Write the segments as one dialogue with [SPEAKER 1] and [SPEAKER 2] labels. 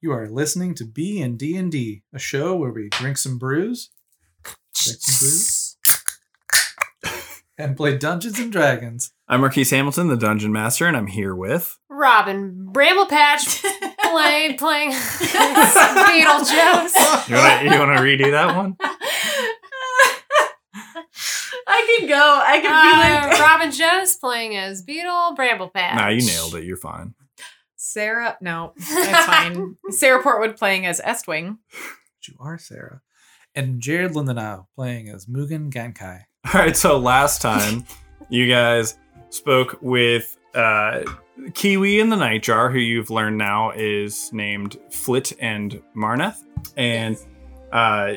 [SPEAKER 1] You are listening to B and D and D, a show where we drink some brews, drink some brews, and play Dungeons and Dragons.
[SPEAKER 2] I'm Marquise Hamilton, the Dungeon Master, and I'm here with.
[SPEAKER 3] Robin Bramblepatch playing playing Beetlejuice.
[SPEAKER 2] You want to you wanna redo that one?
[SPEAKER 4] I can go. I can be
[SPEAKER 3] Uh,
[SPEAKER 4] like
[SPEAKER 3] Robin Jones playing as Beetle Bramblepatch.
[SPEAKER 2] Nah, you nailed it. You're fine.
[SPEAKER 4] Sarah. No, it's fine. Sarah Portwood playing as Estwing.
[SPEAKER 1] But you are Sarah, and Jared Lindenau playing as Mugen Genkai.
[SPEAKER 2] All right, so last time you guys spoke with uh, Kiwi in the Nightjar, who you've learned now is named Flit and Marnath, and uh,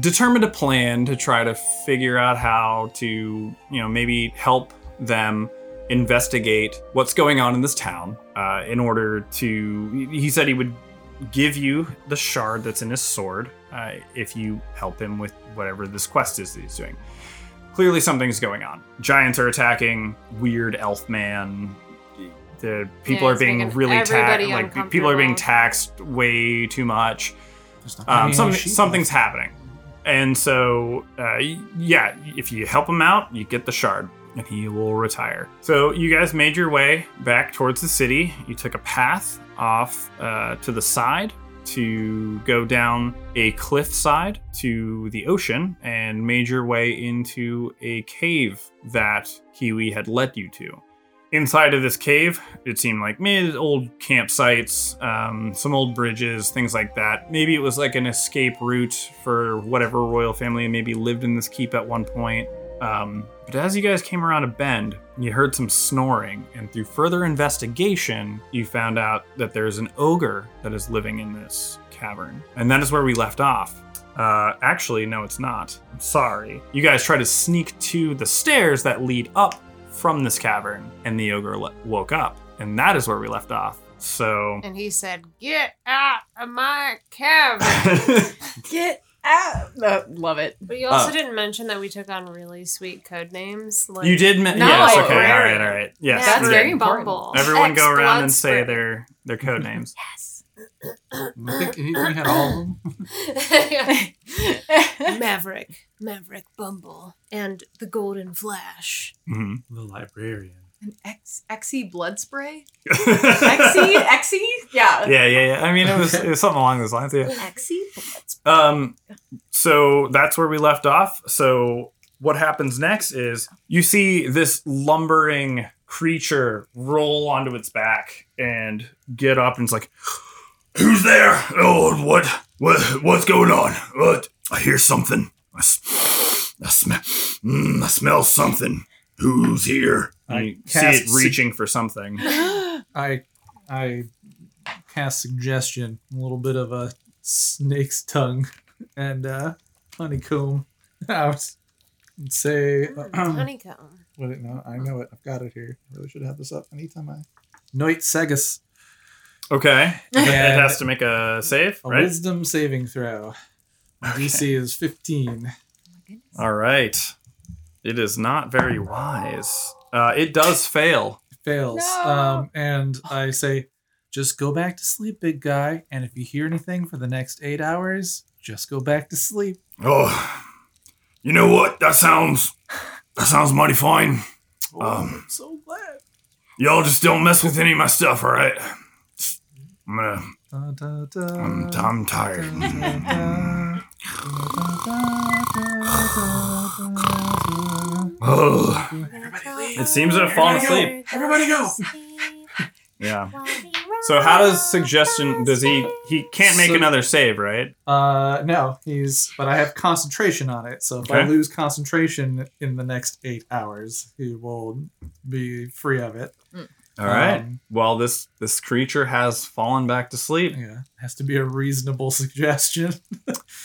[SPEAKER 2] determined a plan to try to figure out how to, you know, maybe help them investigate what's going on in this town uh, in order to. He said he would give you the shard that's in his sword uh, if you help him with whatever this quest is that he's doing clearly something's going on. Giants are attacking weird elf man. The people
[SPEAKER 3] Yeah,
[SPEAKER 2] are
[SPEAKER 3] it's
[SPEAKER 2] being
[SPEAKER 3] making
[SPEAKER 2] really taxed.
[SPEAKER 3] everybody
[SPEAKER 2] Like people are being
[SPEAKER 3] uncomfortable.
[SPEAKER 2] taxed way too much.
[SPEAKER 1] There's not gonna
[SPEAKER 2] Um,
[SPEAKER 1] be
[SPEAKER 2] some,
[SPEAKER 1] any sheep
[SPEAKER 2] something's
[SPEAKER 1] left.
[SPEAKER 2] happening, and so uh, y- yeah, if you help him out, you get the shard, and he will retire. So you guys made your way back towards the city. You took a path off uh, to the side to go down a cliffside to the ocean and made your way into a cave that Kiwi had led you to. Inside of this cave, it seemed like mid old campsites, um, some old bridges, things like that. Maybe it was like an escape route for whatever royal family maybe lived in this keep at one point. Um, but as you guys came around a bend, you heard some snoring, and through further investigation, you found out that there's an ogre that is living in this cavern. And that is where we left off. Uh, actually, no, it's not. I'm sorry. You guys try to sneak to the stairs that lead up from this cavern, and the ogre le- woke up. And that is where we left off. So.
[SPEAKER 3] And he said, "Get out of my cabin."
[SPEAKER 4] Uh, Get out. Uh, love it.
[SPEAKER 3] But you also
[SPEAKER 2] Uh.
[SPEAKER 3] didn't mention that we took on really sweet code names. Like
[SPEAKER 2] you did. Me-
[SPEAKER 4] No.
[SPEAKER 2] yes, okay. All right, all right. Yes.
[SPEAKER 4] That's
[SPEAKER 2] we did.
[SPEAKER 4] very
[SPEAKER 3] very
[SPEAKER 4] important.
[SPEAKER 3] Bumble.
[SPEAKER 2] Everyone go around and say
[SPEAKER 3] Ex-Bloodsport.
[SPEAKER 2] their their code names.
[SPEAKER 1] I think we had all of them.
[SPEAKER 3] Maverick, Maverick Bumble, and the Golden Flash.
[SPEAKER 2] hmm
[SPEAKER 1] The librarian.
[SPEAKER 4] An ex exy blood spray. Exy
[SPEAKER 2] yeah,
[SPEAKER 4] exy. Yeah.
[SPEAKER 2] yeah, yeah. I mean, it was, it was something along those lines. Yeah.
[SPEAKER 4] Exy blood spray.
[SPEAKER 2] Um, so that's where we left off. So what happens next is you see this lumbering creature roll onto its back and get up, and it's like, "Who's there? Oh, what, what, what's going on? What? I hear something. I, s- I smell. Mm, I smell something. Who's here?"
[SPEAKER 1] I
[SPEAKER 2] And you see
[SPEAKER 1] cast
[SPEAKER 2] it reaching for something.
[SPEAKER 1] I I cast suggestion, a little bit of a snake's tongue and uh honeycomb out and say uh,
[SPEAKER 3] Honeycomb.
[SPEAKER 1] Wait, no, I know it. I've got it here. I really should have this up anytime I Noit Segus.
[SPEAKER 2] Okay,
[SPEAKER 1] And
[SPEAKER 2] it has to make a save,
[SPEAKER 1] a
[SPEAKER 2] right?
[SPEAKER 1] wisdom saving throw. DC is fifteen.
[SPEAKER 2] All right. It is not very wise. Uh, it does fail.
[SPEAKER 1] Fails.
[SPEAKER 4] No.
[SPEAKER 1] Um and I say, just go back to sleep, big guy, and if you hear anything for the next eight hours, just go back to sleep.
[SPEAKER 5] Oh, you know what? That sounds that sounds mighty fine.
[SPEAKER 1] Oh,
[SPEAKER 5] Um.
[SPEAKER 1] I'm so glad.
[SPEAKER 5] Y'all just don't mess with any of my stuff, all right? I'm gonna.
[SPEAKER 1] Da, da, da,
[SPEAKER 5] I'm, I'm
[SPEAKER 1] da,
[SPEAKER 5] tired.
[SPEAKER 1] da, da, da, da, da, da, da.
[SPEAKER 5] Ugh.
[SPEAKER 1] Everybody leave.
[SPEAKER 2] It seems to have fallen asleep.
[SPEAKER 5] Everybody go.
[SPEAKER 2] Yeah. So how does suggestion does he he can't make
[SPEAKER 1] So-
[SPEAKER 2] another save, right?
[SPEAKER 1] Uh, no, he's. But I have concentration on it, so if I
[SPEAKER 2] Okay.
[SPEAKER 1] lose concentration in the next eight hours, he will be free of it.
[SPEAKER 2] All right.
[SPEAKER 1] Um,
[SPEAKER 2] well, this this creature has fallen back to sleep.
[SPEAKER 1] yeah, has to be a reasonable suggestion.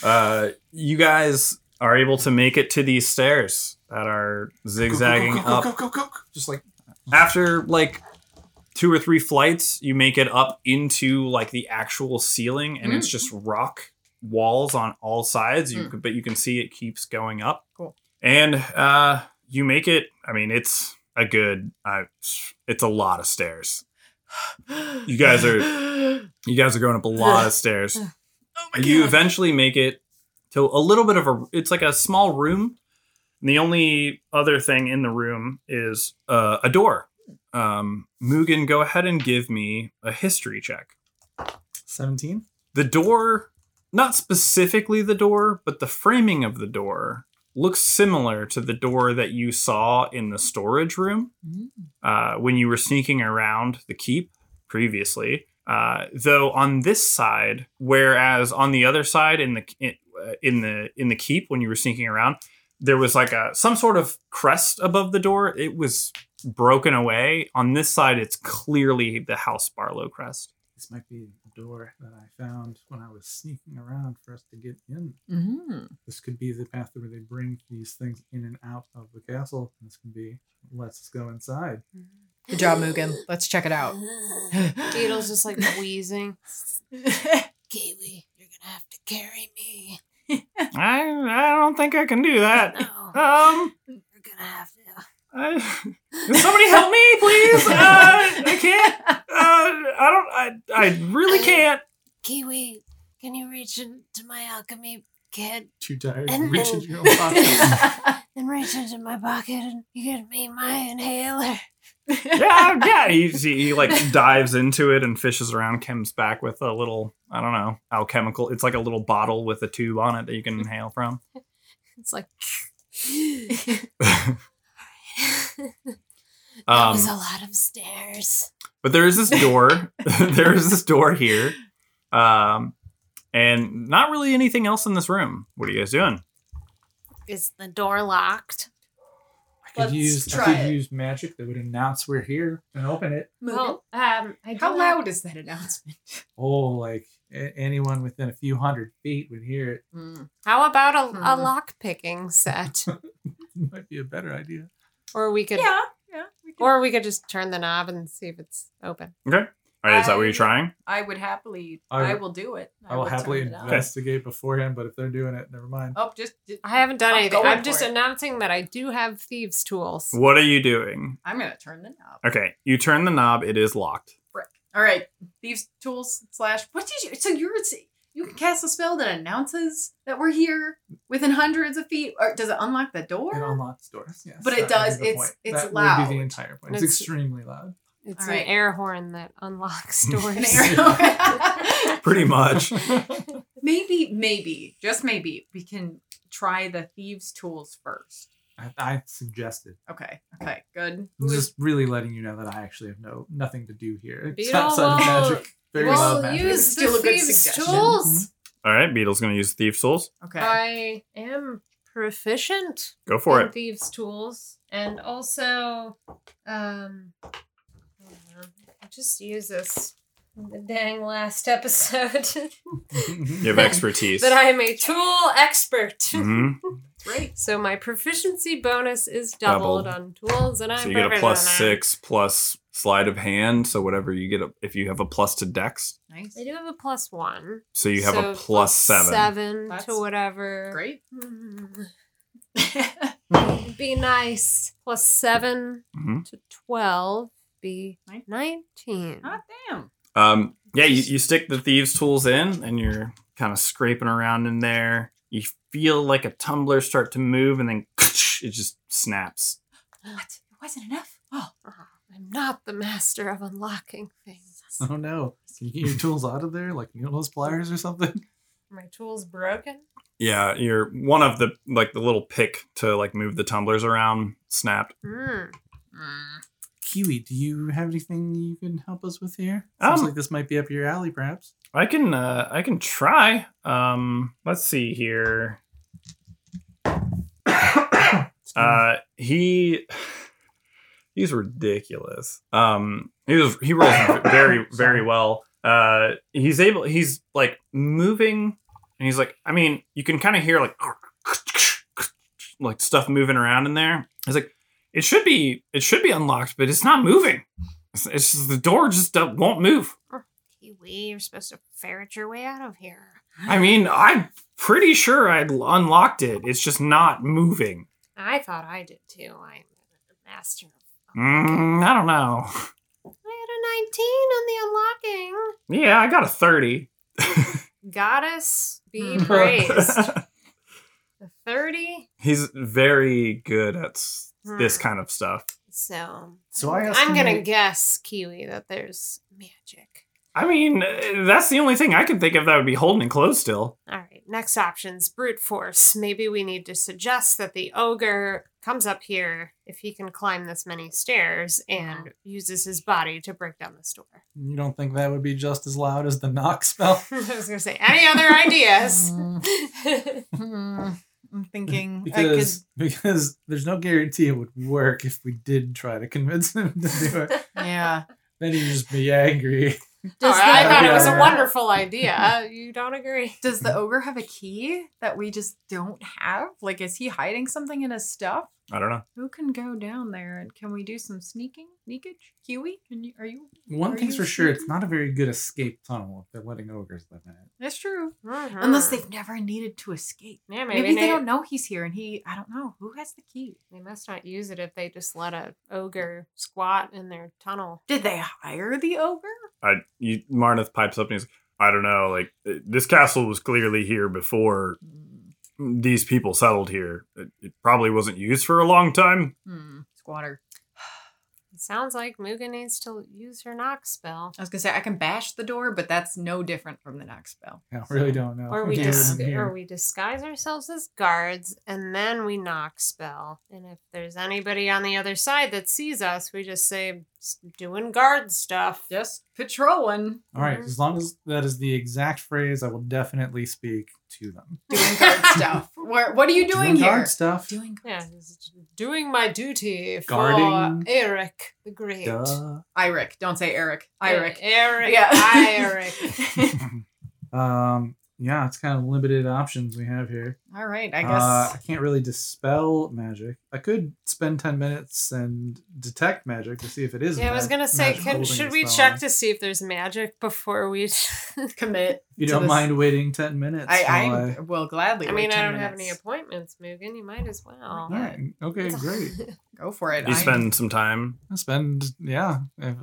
[SPEAKER 2] Uh you guys are able to make it to these stairs that are zigzagging
[SPEAKER 1] Go, go, go,
[SPEAKER 2] up
[SPEAKER 1] go, go, go, go. Just like
[SPEAKER 2] after like two or three flights, you make it up into like the actual ceiling, and it's just rock walls on all sides. You can but you can see it keeps going up.
[SPEAKER 4] Cool.
[SPEAKER 2] And uh, you make it. I mean, it's a good. Uh, it's a lot of stairs. You guys are you guys are going up a lot of stairs.
[SPEAKER 3] Oh
[SPEAKER 2] you eventually make it to a little bit of a it's like a small room and the only other thing in the room is uh, a door um, mugen go ahead and give me a history check
[SPEAKER 1] 17?
[SPEAKER 2] the door not specifically the door but the framing of the door looks similar to the door that you saw in the storage room
[SPEAKER 4] Mm.
[SPEAKER 2] uh, when you were sneaking around the keep previously uh, though on this side whereas on the other side in the in, uh, in the in the keep when you were sneaking around there was like a some sort of crest above the door it was broken away on this side it's clearly the house barlow crest
[SPEAKER 1] This might be the door that I found when I was sneaking around for us to get in.
[SPEAKER 4] Mm.
[SPEAKER 1] This could be the path where they bring these things in and out of the castle. This could be lets us go inside.
[SPEAKER 4] Good job, Mugen. Let's check it out.
[SPEAKER 3] Beetle's just like wheezing. Kiwi, you're gonna have to carry me.
[SPEAKER 2] I I don't think I can do that.
[SPEAKER 3] No,
[SPEAKER 2] Um,
[SPEAKER 3] you're gonna have to.
[SPEAKER 2] I, can somebody help me, please. Uh, I can't. Uh, I don't. I I really can't.
[SPEAKER 3] Kiwi, can you reach into my alchemy kit
[SPEAKER 1] Too tired to
[SPEAKER 3] And-
[SPEAKER 1] reach
[SPEAKER 3] and-
[SPEAKER 1] into your own pocket.
[SPEAKER 3] and reach into my pocket and you give me my inhaler?
[SPEAKER 2] Yeah, yeah. He, he he, like dives into it and fishes around Kim's back with a little I don't know alchemical. It's like a little bottle with a tube on it that you can inhale from.
[SPEAKER 3] It's like. that
[SPEAKER 2] Um,
[SPEAKER 3] was a lot of stairs.
[SPEAKER 2] But there is this door. there is this door here. Um, and not really anything else in this room. What are you guys doing?
[SPEAKER 3] Is the door locked?
[SPEAKER 1] I could
[SPEAKER 4] Let's
[SPEAKER 1] use I
[SPEAKER 4] try
[SPEAKER 1] could
[SPEAKER 4] it.
[SPEAKER 1] use magic that would announce we're here and open it.
[SPEAKER 3] Well, um, I
[SPEAKER 4] How
[SPEAKER 3] do
[SPEAKER 4] loud is that announcement?
[SPEAKER 1] Oh, like a- anyone within a few hundred feet would hear it.
[SPEAKER 4] Mm.
[SPEAKER 3] How about a, a
[SPEAKER 4] Hmm.
[SPEAKER 3] lock picking set?
[SPEAKER 1] Might be a better idea.
[SPEAKER 3] or we could,
[SPEAKER 4] Yeah, yeah. we can-
[SPEAKER 3] or we could just turn the knob and see if it's open.
[SPEAKER 2] Okay. All right, is that what
[SPEAKER 3] Um,
[SPEAKER 2] you're trying?
[SPEAKER 4] I would happily.
[SPEAKER 1] I-
[SPEAKER 4] I, will do it.
[SPEAKER 1] I will
[SPEAKER 4] turn
[SPEAKER 1] happily
[SPEAKER 4] it on.
[SPEAKER 1] investigate beforehand, but if they're doing it, never mind.
[SPEAKER 4] Oh, just. just-
[SPEAKER 3] I haven't done
[SPEAKER 4] I'm
[SPEAKER 3] anything.
[SPEAKER 4] going
[SPEAKER 3] I'm
[SPEAKER 4] for
[SPEAKER 3] just
[SPEAKER 4] it.
[SPEAKER 3] announcing that I do have thieves' tools.
[SPEAKER 2] What are you doing?
[SPEAKER 4] I'm gonna turn the knob.
[SPEAKER 2] Okay, you turn the knob. It is locked.
[SPEAKER 4] All right, thieves' tools slash. What did you? So you're you can cast a spell that announces that we're here within hundreds of feet. Or does it unlock the door?
[SPEAKER 1] It unlocks doors. Yes,
[SPEAKER 4] But
[SPEAKER 1] that would
[SPEAKER 4] it does-
[SPEAKER 1] be the
[SPEAKER 4] it's-
[SPEAKER 1] point.
[SPEAKER 4] it's
[SPEAKER 1] that Would
[SPEAKER 4] loud.
[SPEAKER 1] be the entire point. It's,
[SPEAKER 3] It's-
[SPEAKER 1] extremely loud.
[SPEAKER 3] It's
[SPEAKER 4] All right.
[SPEAKER 3] an air horn that unlocks doors.
[SPEAKER 4] An arrow.
[SPEAKER 2] Pretty much.
[SPEAKER 4] maybe, maybe, just maybe, we can try the thieves' tools first.
[SPEAKER 1] I, I suggested.
[SPEAKER 4] Okay. Okay. Good.
[SPEAKER 1] I'm
[SPEAKER 4] Who is-
[SPEAKER 1] just really letting you know that I actually have no nothing to do here. It's
[SPEAKER 3] Beetle
[SPEAKER 1] outside of
[SPEAKER 3] will-
[SPEAKER 1] magic. Very
[SPEAKER 4] will
[SPEAKER 1] loud
[SPEAKER 3] Well,
[SPEAKER 1] magic.
[SPEAKER 4] It's
[SPEAKER 3] use
[SPEAKER 4] still
[SPEAKER 3] the
[SPEAKER 4] a good
[SPEAKER 3] thieves'
[SPEAKER 4] suggestion.
[SPEAKER 3] tools.
[SPEAKER 2] All right, Beetle's gonna use thief souls.
[SPEAKER 4] okay.
[SPEAKER 3] I am proficient
[SPEAKER 2] Go for
[SPEAKER 3] in
[SPEAKER 2] it.
[SPEAKER 3] thieves' tools, and also, um, I don't know, I just use this in the dang last episode
[SPEAKER 2] You have expertise.
[SPEAKER 3] that I am a tool expert.
[SPEAKER 2] Mhm.
[SPEAKER 4] Great.
[SPEAKER 3] So my proficiency bonus is doubled,
[SPEAKER 2] Doubled.
[SPEAKER 3] on tools, and I'm
[SPEAKER 2] So you get a
[SPEAKER 3] perfect
[SPEAKER 2] plus
[SPEAKER 3] on that.
[SPEAKER 2] six plus sleight of hand. So whatever you get, a, if you have a plus to dex,
[SPEAKER 4] Nice.
[SPEAKER 3] I do have a plus one.
[SPEAKER 2] so you have
[SPEAKER 3] So
[SPEAKER 2] a plus seven.
[SPEAKER 3] Seven
[SPEAKER 4] That's
[SPEAKER 3] to whatever.
[SPEAKER 4] Great. Ah,
[SPEAKER 3] Mm,
[SPEAKER 4] nice.
[SPEAKER 3] Be nice. Plus seven
[SPEAKER 2] Mhm.
[SPEAKER 3] to twelve. Be
[SPEAKER 4] Nine.
[SPEAKER 3] nineteen.
[SPEAKER 4] Hot damn.
[SPEAKER 2] Um, yeah, you, you stick the thieves' tools in, and you're kind of scraping around in there. You feel like a tumbler start to move, and then it just snaps.
[SPEAKER 4] What? It wasn't enough. Oh.
[SPEAKER 3] Ah, I'm not the master of unlocking things.
[SPEAKER 1] Oh no! Can you get your tools out of there, like you know those pliers or something?
[SPEAKER 3] My tool's broken.
[SPEAKER 2] Yeah, you're one of the like the little pick to like move the tumblers around snapped.
[SPEAKER 3] Mm.
[SPEAKER 4] Mm.
[SPEAKER 1] Kiwi, do you have anything you can help us with here?
[SPEAKER 2] Um,
[SPEAKER 1] Sounds like this might be up your alley, perhaps.
[SPEAKER 2] I can uh I can try. Um let's see here. Uh he he's ridiculous. Um he was he rolls very very well. Uh he's able he's like moving and he's like I mean, you can kind of hear like like stuff moving around in there. He's like it should be it should be unlocked, but it's not moving. It's, it's just, the door just don't- won't move.
[SPEAKER 3] Kiwi, you're supposed to ferret your way out of here.
[SPEAKER 2] I mean, I'm pretty sure I unlocked it. It's just not moving.
[SPEAKER 3] I thought I did too. I'm the master of.
[SPEAKER 2] Mm, I don't know.
[SPEAKER 3] I on the unlocking.
[SPEAKER 6] Yeah, I got a 30.
[SPEAKER 3] Goddess be praised. A 30.
[SPEAKER 6] He's very good at s- this
[SPEAKER 3] Hmm.
[SPEAKER 6] kind of stuff.
[SPEAKER 3] So
[SPEAKER 1] So I
[SPEAKER 3] I'm going to guess, Kiwi, that there's magic.
[SPEAKER 6] I mean, uh, that's the only thing I can think of that would be holding close still.
[SPEAKER 3] All right, next option's brute force. Maybe we need to suggest that the ogre comes up here if he can climb this many stairs and uses his body to break down this door.
[SPEAKER 1] You don't think that would be just as loud as the knock spell?
[SPEAKER 3] I was going to say, any other ideas?
[SPEAKER 4] Mm, mm, I'm thinking I could
[SPEAKER 1] Because because there's no guarantee it would work if we did try to convince him to do it.
[SPEAKER 4] yeah.
[SPEAKER 1] then he'd just be angry.
[SPEAKER 3] All
[SPEAKER 4] Does
[SPEAKER 3] right, I
[SPEAKER 4] the
[SPEAKER 3] thought it was a
[SPEAKER 4] ogre-
[SPEAKER 3] wonderful idea. You don't agree?
[SPEAKER 4] Does the ogre have a key that we just don't have? Like, is he hiding something in his stuff?
[SPEAKER 6] I don't know.
[SPEAKER 4] Who can go down there and can we do some sneaking? Sneakage? Huey? Can you, are you?
[SPEAKER 1] One
[SPEAKER 4] Are
[SPEAKER 1] thing's
[SPEAKER 4] you
[SPEAKER 1] for sure, it's
[SPEAKER 4] certain?
[SPEAKER 1] not a very good escape tunnel if they're letting ogres live in it.
[SPEAKER 4] That's true.
[SPEAKER 3] Mhm.
[SPEAKER 4] Unless they've never needed to escape.
[SPEAKER 3] Mm-hmm. Yeah,
[SPEAKER 4] Maybe,
[SPEAKER 3] maybe,
[SPEAKER 4] they don't know he's here and he, I don't know. Who has the key?
[SPEAKER 3] They must not use it if they just let a ogre squat in their tunnel.
[SPEAKER 4] Did they hire the ogre?
[SPEAKER 2] I you, Marneth pipes up and he's I don't know, like uh, this castle was clearly here before these people settled here. It, it probably wasn't used for a long time.
[SPEAKER 4] Hmm. Squatter.
[SPEAKER 3] It sounds like Muga needs to use her knock spell.
[SPEAKER 4] I was gonna say I can bash the door, but that's no different from the knock spell.
[SPEAKER 1] I really don't know.
[SPEAKER 3] Or
[SPEAKER 1] if
[SPEAKER 3] we
[SPEAKER 1] they
[SPEAKER 3] dis-
[SPEAKER 1] live in Oh, here.
[SPEAKER 3] or we disguise ourselves as guards and then we knock spell. And if there's anybody on the other side that sees us, we just say "S- doing guard stuff.
[SPEAKER 4] Just patrolling,
[SPEAKER 1] All right, as long as that is the exact phrase, I will definitely speak to them.
[SPEAKER 4] doing guard stuff. Where, what are you doing, here?
[SPEAKER 1] guard stuff.
[SPEAKER 4] Doing.
[SPEAKER 3] Yeah, just doing my duty for
[SPEAKER 1] Guarding.
[SPEAKER 3] Eric the Great.
[SPEAKER 1] Duh.
[SPEAKER 4] Iric. Don't say Eric. Iric.
[SPEAKER 3] E- Eric.
[SPEAKER 4] Yeah.
[SPEAKER 3] Eric.
[SPEAKER 1] Um, yeah, it's kind of limited options we have here.
[SPEAKER 4] All right. I
[SPEAKER 1] Uh,
[SPEAKER 4] guess.
[SPEAKER 1] I can't really dispel magic. I could spend ten minutes and detect magic to see if it is.
[SPEAKER 3] Yeah, I was
[SPEAKER 1] mag-
[SPEAKER 3] gonna say,
[SPEAKER 1] magical
[SPEAKER 3] can,
[SPEAKER 1] holding
[SPEAKER 3] should
[SPEAKER 1] a
[SPEAKER 3] we
[SPEAKER 1] spell
[SPEAKER 3] check
[SPEAKER 1] on.
[SPEAKER 3] to see if there's magic before we?
[SPEAKER 4] Commit.
[SPEAKER 1] You
[SPEAKER 4] to
[SPEAKER 1] don't
[SPEAKER 4] this-
[SPEAKER 1] mind waiting ten minutes?
[SPEAKER 4] I,
[SPEAKER 1] while
[SPEAKER 4] I will gladly.
[SPEAKER 3] I
[SPEAKER 4] wait
[SPEAKER 3] mean, I
[SPEAKER 4] 10
[SPEAKER 3] don't have any
[SPEAKER 4] minutes.
[SPEAKER 3] appointments, Mugen. You might as well.
[SPEAKER 1] All right. Okay, great.
[SPEAKER 4] Go for it.
[SPEAKER 2] You
[SPEAKER 4] I-
[SPEAKER 2] spend some time.
[SPEAKER 1] I spend yeah. if-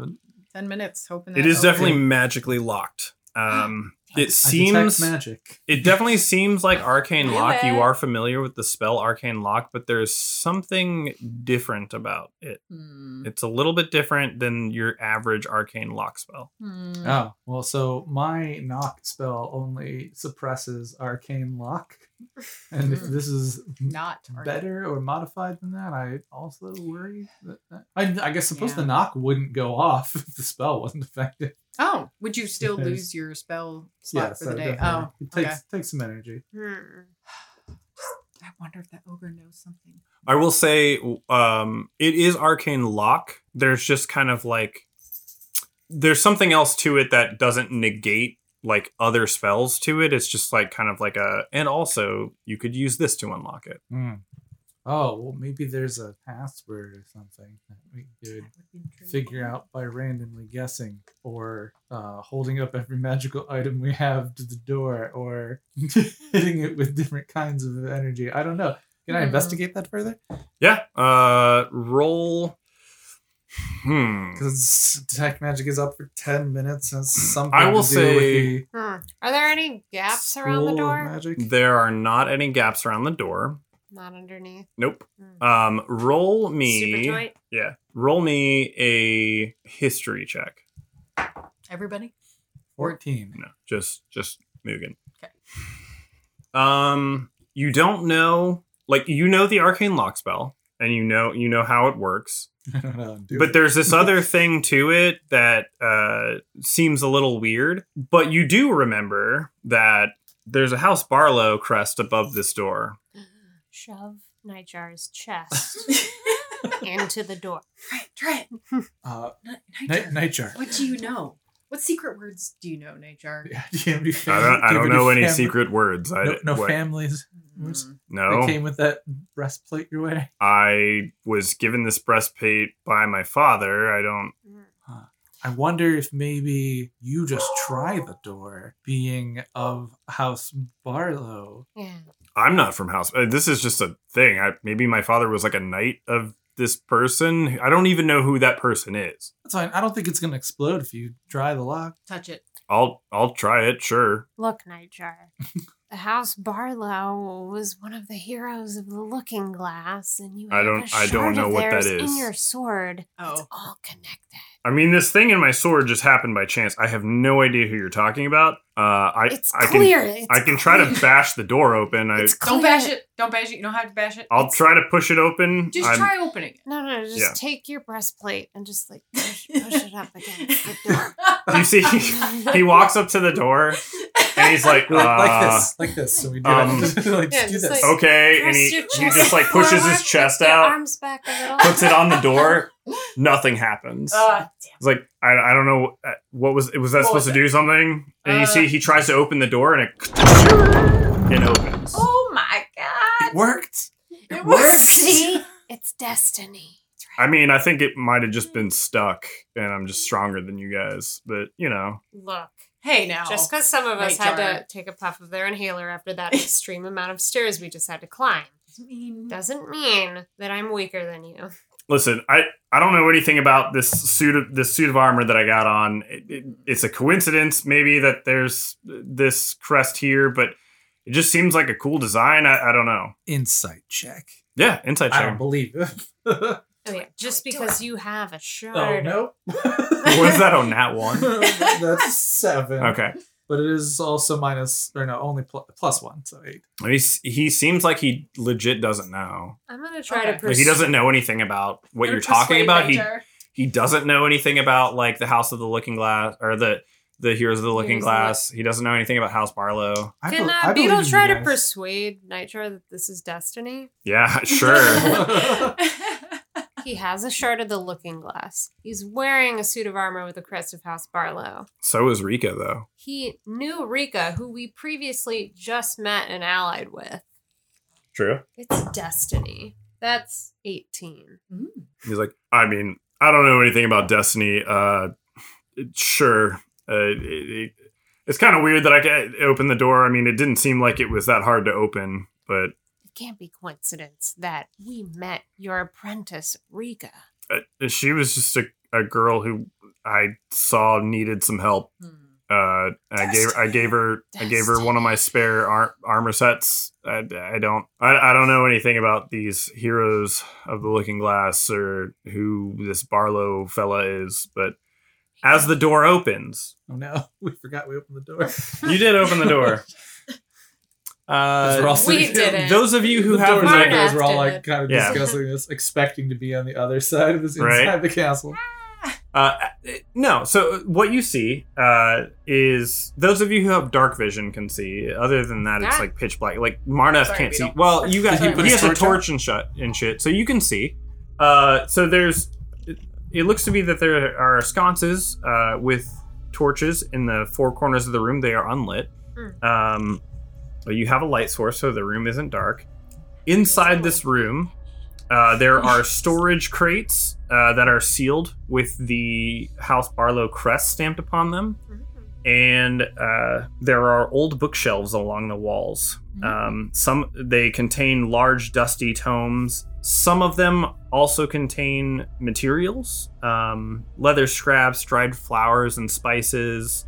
[SPEAKER 4] ten minutes hoping.
[SPEAKER 6] It
[SPEAKER 4] that
[SPEAKER 6] is
[SPEAKER 4] ogre-
[SPEAKER 6] definitely magally locked. Um,
[SPEAKER 1] I- I
[SPEAKER 6] it
[SPEAKER 1] detect
[SPEAKER 6] seems
[SPEAKER 1] magic.
[SPEAKER 6] It definitely seems like Arcane
[SPEAKER 3] Do
[SPEAKER 6] Lock. You
[SPEAKER 3] it.
[SPEAKER 6] are familiar with the spell Arcane Lock, but there's something different about it.
[SPEAKER 4] Hmm.
[SPEAKER 6] It's a little bit different than your average Arcane Lock spell.
[SPEAKER 4] Hmm.
[SPEAKER 3] um,
[SPEAKER 1] Oh well, so my knock spell only suppresses arcane lock, and if
[SPEAKER 3] Hmm.
[SPEAKER 4] Mm.
[SPEAKER 1] this is
[SPEAKER 4] Not target.
[SPEAKER 1] better or modified than that, I also worry that, that I, I guess suppose
[SPEAKER 4] Yeah.
[SPEAKER 1] the knock wouldn't go off if the spell wasn't effective.
[SPEAKER 4] Oh, would you still
[SPEAKER 1] Because-
[SPEAKER 4] lose your spell slot for
[SPEAKER 1] so
[SPEAKER 4] the day?
[SPEAKER 1] definitely.
[SPEAKER 4] Oh,
[SPEAKER 1] it
[SPEAKER 4] okay.
[SPEAKER 1] takes takes some energy.
[SPEAKER 3] Hmm.
[SPEAKER 4] I wonder if that ogre knows something.
[SPEAKER 6] I will say, um, it is Arcane Lock. There's just kind of like there's something else to it that doesn't negate like other spells to it. It's just like kind of like a, and also you could use this to unlock it.
[SPEAKER 1] Mm. Oh well, maybe there's a password or something that we could
[SPEAKER 4] That would be intriguing.
[SPEAKER 1] figure out by randomly guessing or uh, holding up every magical item we have to the door or hitting it with different kinds of energy. I don't know. Can I
[SPEAKER 4] Mhm.
[SPEAKER 1] investigate that further?
[SPEAKER 6] Yeah. Uh, roll. Hmm.
[SPEAKER 1] Because detect magic is up for ten minutes. That's something.
[SPEAKER 6] I will
[SPEAKER 1] to do with
[SPEAKER 6] say-
[SPEAKER 1] the
[SPEAKER 3] Hmm. Are there any gaps around the
[SPEAKER 1] school of
[SPEAKER 3] door?
[SPEAKER 1] Magic.
[SPEAKER 6] There are not any gaps around the door.
[SPEAKER 3] Not underneath.
[SPEAKER 6] Nope.
[SPEAKER 3] Hmm.
[SPEAKER 6] Um, roll
[SPEAKER 3] Super
[SPEAKER 6] me.
[SPEAKER 3] joint.
[SPEAKER 6] Yeah. Roll me a history check.
[SPEAKER 4] Everybody?
[SPEAKER 1] Fourteen.
[SPEAKER 6] No, just just Mugen.
[SPEAKER 4] Okay.
[SPEAKER 6] Um, you don't know, like you know the arcane lock spell, and you know you know how it works.
[SPEAKER 1] I don't know. do
[SPEAKER 6] but
[SPEAKER 1] it.
[SPEAKER 6] there's this other thing to it that uh, seems a little weird. But you do remember that there's a House Barlow crest above this door.
[SPEAKER 3] Shove Nightjar's chest into the door.
[SPEAKER 4] Try it. Try it.
[SPEAKER 1] uh,
[SPEAKER 4] N-
[SPEAKER 1] night,
[SPEAKER 4] Nightjar.
[SPEAKER 1] nightjar.
[SPEAKER 4] What do you know? What secret words do you know, Nightjar?
[SPEAKER 1] Yeah, do you have any
[SPEAKER 2] I
[SPEAKER 1] fam-
[SPEAKER 2] don't, I
[SPEAKER 1] do you have
[SPEAKER 2] don't know any
[SPEAKER 1] fam-
[SPEAKER 2] secret words. I
[SPEAKER 1] No, no
[SPEAKER 2] what-
[SPEAKER 1] families Words?
[SPEAKER 4] Mm.
[SPEAKER 2] no.
[SPEAKER 1] that came with that breastplate you're wearing.
[SPEAKER 2] I was given this breastplate by my father. I don't.
[SPEAKER 3] Hmm.
[SPEAKER 1] I wonder if maybe you just try the door, being of House Barlow.
[SPEAKER 3] Yeah.
[SPEAKER 2] I'm not from house. uh, This is just a thing. I, maybe my father was like a knight of this person. I don't even know who that person is.
[SPEAKER 1] That's fine. I don't think it's gonna explode if you try the lock.
[SPEAKER 4] Touch it.
[SPEAKER 2] I'll I'll try it, sure.
[SPEAKER 3] Look, Nightjar. the House Barlow was one of the heroes of the Looking Glass, and you.
[SPEAKER 2] I
[SPEAKER 3] have
[SPEAKER 2] don't-
[SPEAKER 3] a
[SPEAKER 2] I don't
[SPEAKER 3] shard
[SPEAKER 2] know
[SPEAKER 3] of
[SPEAKER 2] what that
[SPEAKER 3] theirs
[SPEAKER 2] is.
[SPEAKER 3] In your sword, it's
[SPEAKER 4] Oh.
[SPEAKER 3] all connected.
[SPEAKER 2] I mean, this thing in my sword just happened by chance. I have no idea who you're talking about. Uh, I
[SPEAKER 3] it's
[SPEAKER 2] I can
[SPEAKER 3] clear. it's
[SPEAKER 2] I can try to
[SPEAKER 3] clear.
[SPEAKER 2] bash the door open. I
[SPEAKER 3] It's clear.
[SPEAKER 4] Don't bash it. Don't bash it. You don't have to bash it.
[SPEAKER 2] I'll try to push it open.
[SPEAKER 4] Just
[SPEAKER 2] I'm-
[SPEAKER 4] try opening it.
[SPEAKER 3] No, no, just
[SPEAKER 2] Yeah.
[SPEAKER 3] take your breastplate and just like push, push it up against the door.
[SPEAKER 2] You see, he walks up to the door and he's like,
[SPEAKER 1] Like, like
[SPEAKER 2] uh,
[SPEAKER 1] this, like this. So we do
[SPEAKER 2] um,
[SPEAKER 1] it. like,
[SPEAKER 3] Yeah,
[SPEAKER 1] do
[SPEAKER 3] just
[SPEAKER 1] this.
[SPEAKER 3] like-
[SPEAKER 2] okay, and he,
[SPEAKER 3] Press
[SPEAKER 2] he
[SPEAKER 3] your chest
[SPEAKER 2] just like pushes his
[SPEAKER 3] forward,
[SPEAKER 2] chest
[SPEAKER 3] lift your
[SPEAKER 2] out,
[SPEAKER 3] arms back a little.
[SPEAKER 2] puts it on the door. Nothing happens.
[SPEAKER 4] Uh,
[SPEAKER 2] It's like I, I don't know uh, what was was that
[SPEAKER 4] What was
[SPEAKER 2] supposed to do something. And you
[SPEAKER 4] Uh,
[SPEAKER 2] see, he tries to open the door and it it opens.
[SPEAKER 4] oh my god.
[SPEAKER 1] it worked.
[SPEAKER 4] It
[SPEAKER 3] See, it's destiny.
[SPEAKER 2] I mean, I think it might have just been stuck, and I'm just stronger than you guys. But you know,
[SPEAKER 3] Look,
[SPEAKER 4] Hey now.
[SPEAKER 3] just because some of us had to
[SPEAKER 4] Nightjar.
[SPEAKER 3] take a puff of their inhaler after that extreme amount of stairs we just had to climb
[SPEAKER 4] mean,
[SPEAKER 3] doesn't mean that I'm weaker than you.
[SPEAKER 2] listen, I I don't know anything about this suit of this suit of armor that I got on. It, it, it's a coincidence, maybe that there's this crest here, but it just seems like a cool design. I, I don't know.
[SPEAKER 1] Insight check.
[SPEAKER 2] Yeah, inside
[SPEAKER 1] I don't
[SPEAKER 2] check.
[SPEAKER 1] believe. it. oh
[SPEAKER 3] Oh, yeah, just
[SPEAKER 4] do it.
[SPEAKER 3] because you have a shard.
[SPEAKER 1] no.
[SPEAKER 2] What is that on that one?
[SPEAKER 1] That's a seven.
[SPEAKER 2] Okay.
[SPEAKER 1] But it is also minus, or no, only pl- plus one, so eight.
[SPEAKER 2] He s- he seems like he legit doesn't know.
[SPEAKER 3] I'm gonna try to
[SPEAKER 4] Okay.
[SPEAKER 2] Like,
[SPEAKER 3] persuade.
[SPEAKER 2] he doesn't know anything about what
[SPEAKER 4] Gonna
[SPEAKER 2] you're talking
[SPEAKER 4] persuade
[SPEAKER 2] about. He
[SPEAKER 4] Nightjar.
[SPEAKER 2] he doesn't know anything about like the House of the Looking Glass or the the Heroes of the Looking
[SPEAKER 3] Heroes of the
[SPEAKER 2] Glass. He doesn't know anything about House Barlow.
[SPEAKER 1] I
[SPEAKER 3] Can
[SPEAKER 1] bel-
[SPEAKER 3] uh,
[SPEAKER 1] I believe
[SPEAKER 3] Beetle
[SPEAKER 1] in
[SPEAKER 3] try
[SPEAKER 1] you
[SPEAKER 3] to
[SPEAKER 1] guys.
[SPEAKER 3] persuade Nitro that this is destiny?
[SPEAKER 2] Yeah, sure.
[SPEAKER 3] He has a shard of the Looking Glass. He's wearing a suit of armor with a crest of House Barlow.
[SPEAKER 2] so is Rika though.
[SPEAKER 3] He knew Rika, who we previously just met and allied with.
[SPEAKER 2] True.
[SPEAKER 3] It's destiny. That's 18.
[SPEAKER 4] Mm.
[SPEAKER 2] He's like, I mean, I don't know anything about Destiny. Uh, it- sure. Uh, it, it, it's kind of weird that I can open the door. I mean, it didn't seem like it was that hard to open, but
[SPEAKER 3] It can't be coincidence that we met your apprentice, Rika.
[SPEAKER 2] uh, she was just a, a girl who I saw needed some help
[SPEAKER 4] Hmm.
[SPEAKER 2] Uh, I gave I gave her I gave her one of my spare ar- armor sets. I, I don't I, I don't know anything about these heroes of the Looking Glass or who this Barlow fella is, but as the door opens,
[SPEAKER 1] Oh no, we forgot we opened the door.
[SPEAKER 2] you did open the door.
[SPEAKER 1] Because we're all
[SPEAKER 2] Uh,
[SPEAKER 3] we
[SPEAKER 1] sitting-
[SPEAKER 3] did it.
[SPEAKER 2] those of you who
[SPEAKER 1] the door
[SPEAKER 2] haven't
[SPEAKER 1] was
[SPEAKER 3] Barn
[SPEAKER 1] open
[SPEAKER 2] opened,
[SPEAKER 1] as we're all
[SPEAKER 3] after
[SPEAKER 1] like kind of
[SPEAKER 2] Yeah.
[SPEAKER 1] discussing this, expecting to be on the other side of this inside
[SPEAKER 2] Right.
[SPEAKER 1] the castle.
[SPEAKER 2] uh, no. So what you see uh, is those of you who have dark vision can see. Other than that, it's
[SPEAKER 3] Ah.
[SPEAKER 2] like pitch black. Like Marnath
[SPEAKER 4] Sorry,
[SPEAKER 2] can't
[SPEAKER 4] we
[SPEAKER 2] see.
[SPEAKER 4] don't-
[SPEAKER 2] Well, you guys,
[SPEAKER 1] Did he
[SPEAKER 2] he,
[SPEAKER 1] put his
[SPEAKER 2] has a
[SPEAKER 1] torch on?
[SPEAKER 2] torch and shut and shit, so you can see. Uh, so there's. It, it looks to be that there are sconces uh, with torches in the four corners of the room. They are unlit.
[SPEAKER 3] Hmm.
[SPEAKER 2] Um, but you have a light source, so the room isn't dark. Inside this room, uh, there are storage crates uh, that are sealed with the House Barlow crest stamped upon them, and uh, there are old bookshelves along the walls.
[SPEAKER 4] Mm-hmm.
[SPEAKER 2] Um, some they contain large, dusty tomes. Some of them also contain materials, um, leather scraps, dried flowers, and spices,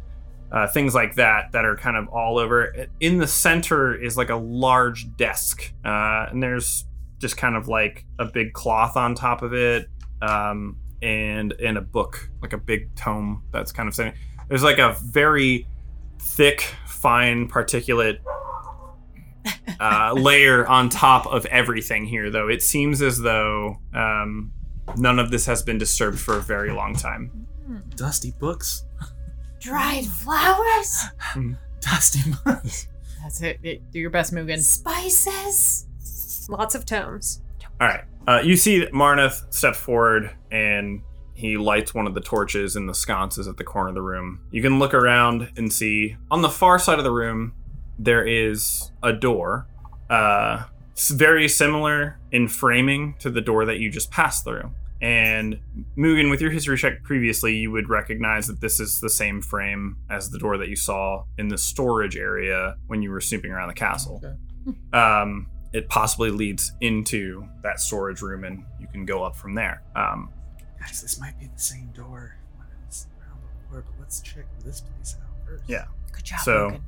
[SPEAKER 2] uh, things like that, that are kind of all over. In the center is like a large desk, uh, and there's just kind of like a big cloth on top of it, um, and and a book, like a big tome that's kind of sitting. There's like a very thick, fine particulate uh, layer on top of everything here, though. It seems as though um, none of this has been disturbed for a very long time.
[SPEAKER 1] Dusty books,
[SPEAKER 3] Dried flowers?
[SPEAKER 1] dusty books.
[SPEAKER 4] That's it. Do your best, Mugen.
[SPEAKER 3] Spices? Lots of tomes.
[SPEAKER 2] All right. Uh, you see that Marneth step forward and he lights one of the torches in the sconces at the corner of the room. You can look around and see on the far side of the room, there is a door, uh, s- very similar in framing to the door that you just passed through. And Mugen, with your history check previously, you would recognize that this is the same frame as the door that you saw in the storage area when you were snooping around the castle. Um, it possibly leads into that storage room, and you can go up from there. Um,
[SPEAKER 1] Guys, this might be the same door as the round before, but let's check this place out first.
[SPEAKER 2] Yeah.
[SPEAKER 7] Good job.
[SPEAKER 2] So-
[SPEAKER 7] Logan.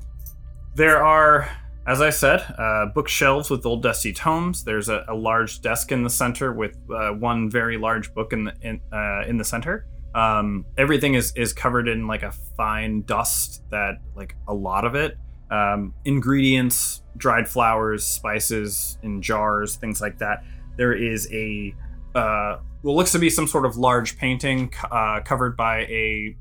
[SPEAKER 2] There are, as I said, uh, bookshelves with old dusty tomes. There's a, a large desk in the center with uh, one very large book in the in, uh, in the center. Um, everything is is covered in like a fine dust that like a lot of it. Um, ingredients, dried flowers, spices in jars, things like that. There is a uh, what looks to be some sort of large painting co- uh, covered by a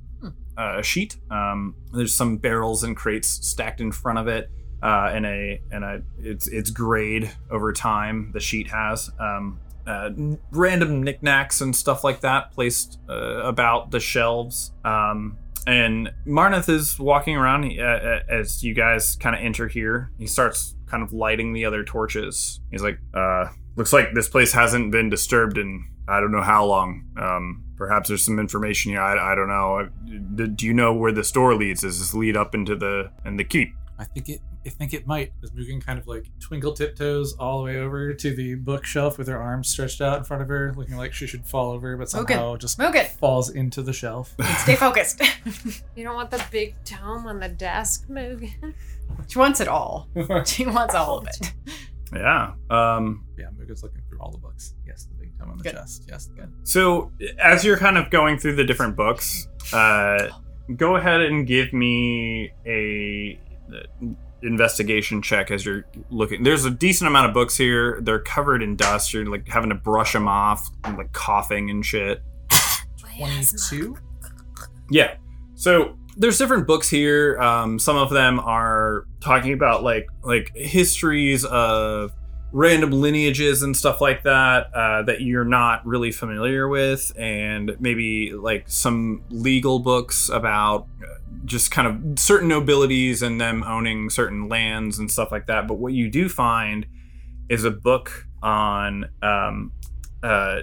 [SPEAKER 2] uh, a sheet. Um, there's some barrels and crates stacked in front of it, uh, and a and a it's it's grayed over time. The sheet has um, uh, n- random knickknacks and stuff like that placed uh, about the shelves. Um, and Marneth is walking around he- uh, uh, as you guys kind of enter here. He starts kind of lighting the other torches. He's like, uh, "Looks like this place hasn't been disturbed in I don't know how long. Um, perhaps there's some information here. I, I don't know. D- Do you know where the store leads? Does this lead up into the and the keep?
[SPEAKER 1] I think it. I think it might. As Mugen kind of like twinkle tiptoes all the way over to the bookshelf with her arms stretched out in front of her, looking like she should fall over, but
[SPEAKER 4] Mugen.
[SPEAKER 1] somehow just
[SPEAKER 4] Mugen.
[SPEAKER 1] falls into the shelf.
[SPEAKER 4] Stay focused.
[SPEAKER 3] You don't want the big tome on the desk, Mugen.
[SPEAKER 4] she wants it all.
[SPEAKER 1] yeah,
[SPEAKER 4] She wants all of it.
[SPEAKER 2] Yeah. Um,
[SPEAKER 1] Mugen's looking through all the books. Yes, the big thumb on the
[SPEAKER 4] Good.
[SPEAKER 1] chest. Yes, good.
[SPEAKER 2] so as you're kind of going through the different books, uh, go ahead and give me a uh, investigation check as you're looking. There's a decent amount of books here. They're covered in dust. You're like having to brush them off, and, like coughing and shit.
[SPEAKER 1] Twenty-two.
[SPEAKER 2] Yeah. So there's different books here. Um, some of them are talking about like like histories of random lineages and stuff like that uh, that you're not really familiar with, and maybe like some legal books about uh, just kind of certain nobilities and them owning certain lands and stuff like that. But what you do find is a book on um, uh,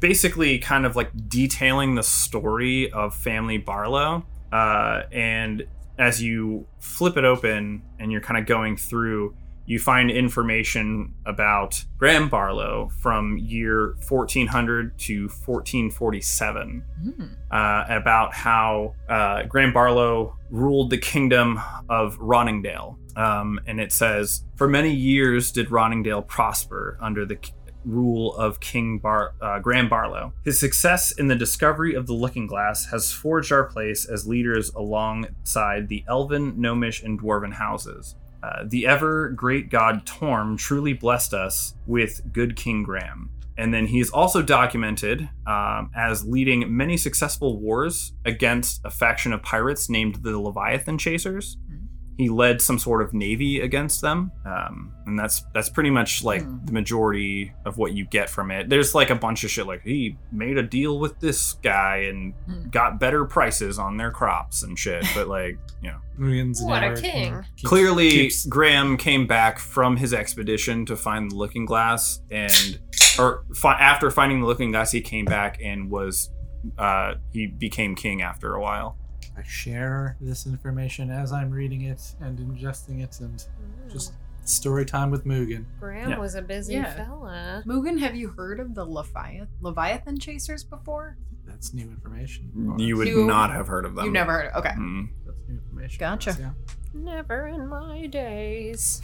[SPEAKER 2] basically kind of like detailing the story of family Barlow. Uh, and as you flip it open and you're kind of going through, you find information about Graham Barlow from year 1400 to 1447
[SPEAKER 4] Mm.
[SPEAKER 2] uh, about how uh, Graham Barlow ruled the kingdom of Roningdale. Um, and it says, For many years did Roningdale prosper under the k- rule of King Bar- uh, Graham Barlow. His success in the discovery of the looking glass has forged our place as leaders alongside the elven, gnomish, and dwarven houses. Uh, the ever great god Torm truly blessed us with good King Graham. And then he is also documented um, as leading many successful wars against a faction of pirates named the Leviathan Chasers.
[SPEAKER 4] Mm-hmm.
[SPEAKER 2] He led some sort of navy against them, um, and that's that's pretty much like
[SPEAKER 4] Hmm.
[SPEAKER 2] the majority of what you get from it. There's like a bunch of shit like he made a deal with this guy and
[SPEAKER 4] Hmm.
[SPEAKER 2] got better prices on their crops and shit. But like you know,
[SPEAKER 1] Mugen's an
[SPEAKER 3] What a
[SPEAKER 1] hour-
[SPEAKER 3] king.
[SPEAKER 1] keeps-
[SPEAKER 2] clearly
[SPEAKER 1] keeps-
[SPEAKER 2] graham came back from his expedition to find the looking glass and or fi- after finding the looking glass he came back and was uh he became king after a while
[SPEAKER 1] I share this information as I'm reading it and ingesting it, and just story time with Mugen.
[SPEAKER 3] Graham
[SPEAKER 2] Yeah.
[SPEAKER 3] was a busy
[SPEAKER 4] Yeah.
[SPEAKER 3] fella.
[SPEAKER 4] Mugen, have you heard of the Leviath- Leviathan chasers before?
[SPEAKER 1] That's new information.
[SPEAKER 2] you would
[SPEAKER 4] You-
[SPEAKER 2] not have heard of them
[SPEAKER 4] You've never heard of Okay.
[SPEAKER 2] Mm.
[SPEAKER 1] That's new information.
[SPEAKER 4] Gotcha.
[SPEAKER 1] Yeah.
[SPEAKER 3] Never in my days.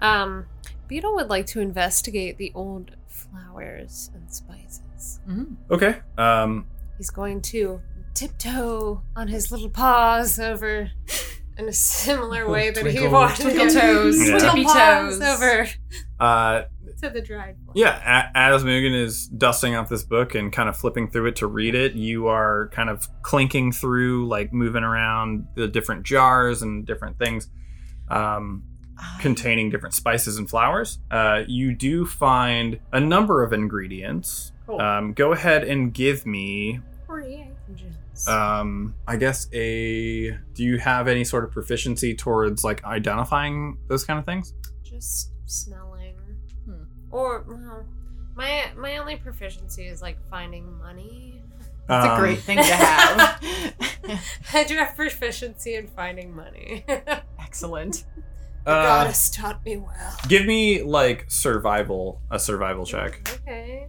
[SPEAKER 3] Um, Beetle would like to investigate the old flowers and spices.
[SPEAKER 4] Mm.
[SPEAKER 2] okay um
[SPEAKER 3] He's going to tiptoe on his little paws over in a similar way that he
[SPEAKER 1] Twinkle-
[SPEAKER 3] walked
[SPEAKER 4] Twinkle toes,
[SPEAKER 2] Yeah.
[SPEAKER 3] tippy
[SPEAKER 4] tippy
[SPEAKER 3] toes
[SPEAKER 4] toes.
[SPEAKER 3] over
[SPEAKER 2] uh
[SPEAKER 3] to the dried one.
[SPEAKER 2] yeah a- as mugen is dusting off this book and kind of flipping through it to read it you are kind of clinking through like moving around the different jars and different things um containing different spices and flowers. Uh, you do find a number of ingredients.
[SPEAKER 4] Cool.
[SPEAKER 2] Um, go ahead and give me,
[SPEAKER 3] Reagents.
[SPEAKER 2] um, I guess, a. Do you have any sort of proficiency towards like identifying those kind of things?
[SPEAKER 3] just smelling.
[SPEAKER 4] Hmm.
[SPEAKER 3] Or well, my my only proficiency is like finding money.
[SPEAKER 4] It's a
[SPEAKER 2] Um,
[SPEAKER 4] great thing to have.
[SPEAKER 3] I do have proficiency in finding money.
[SPEAKER 4] Excellent.
[SPEAKER 3] The
[SPEAKER 2] Uh,
[SPEAKER 3] goddess taught me well.
[SPEAKER 2] give me like survival, a survival check.
[SPEAKER 3] Okay.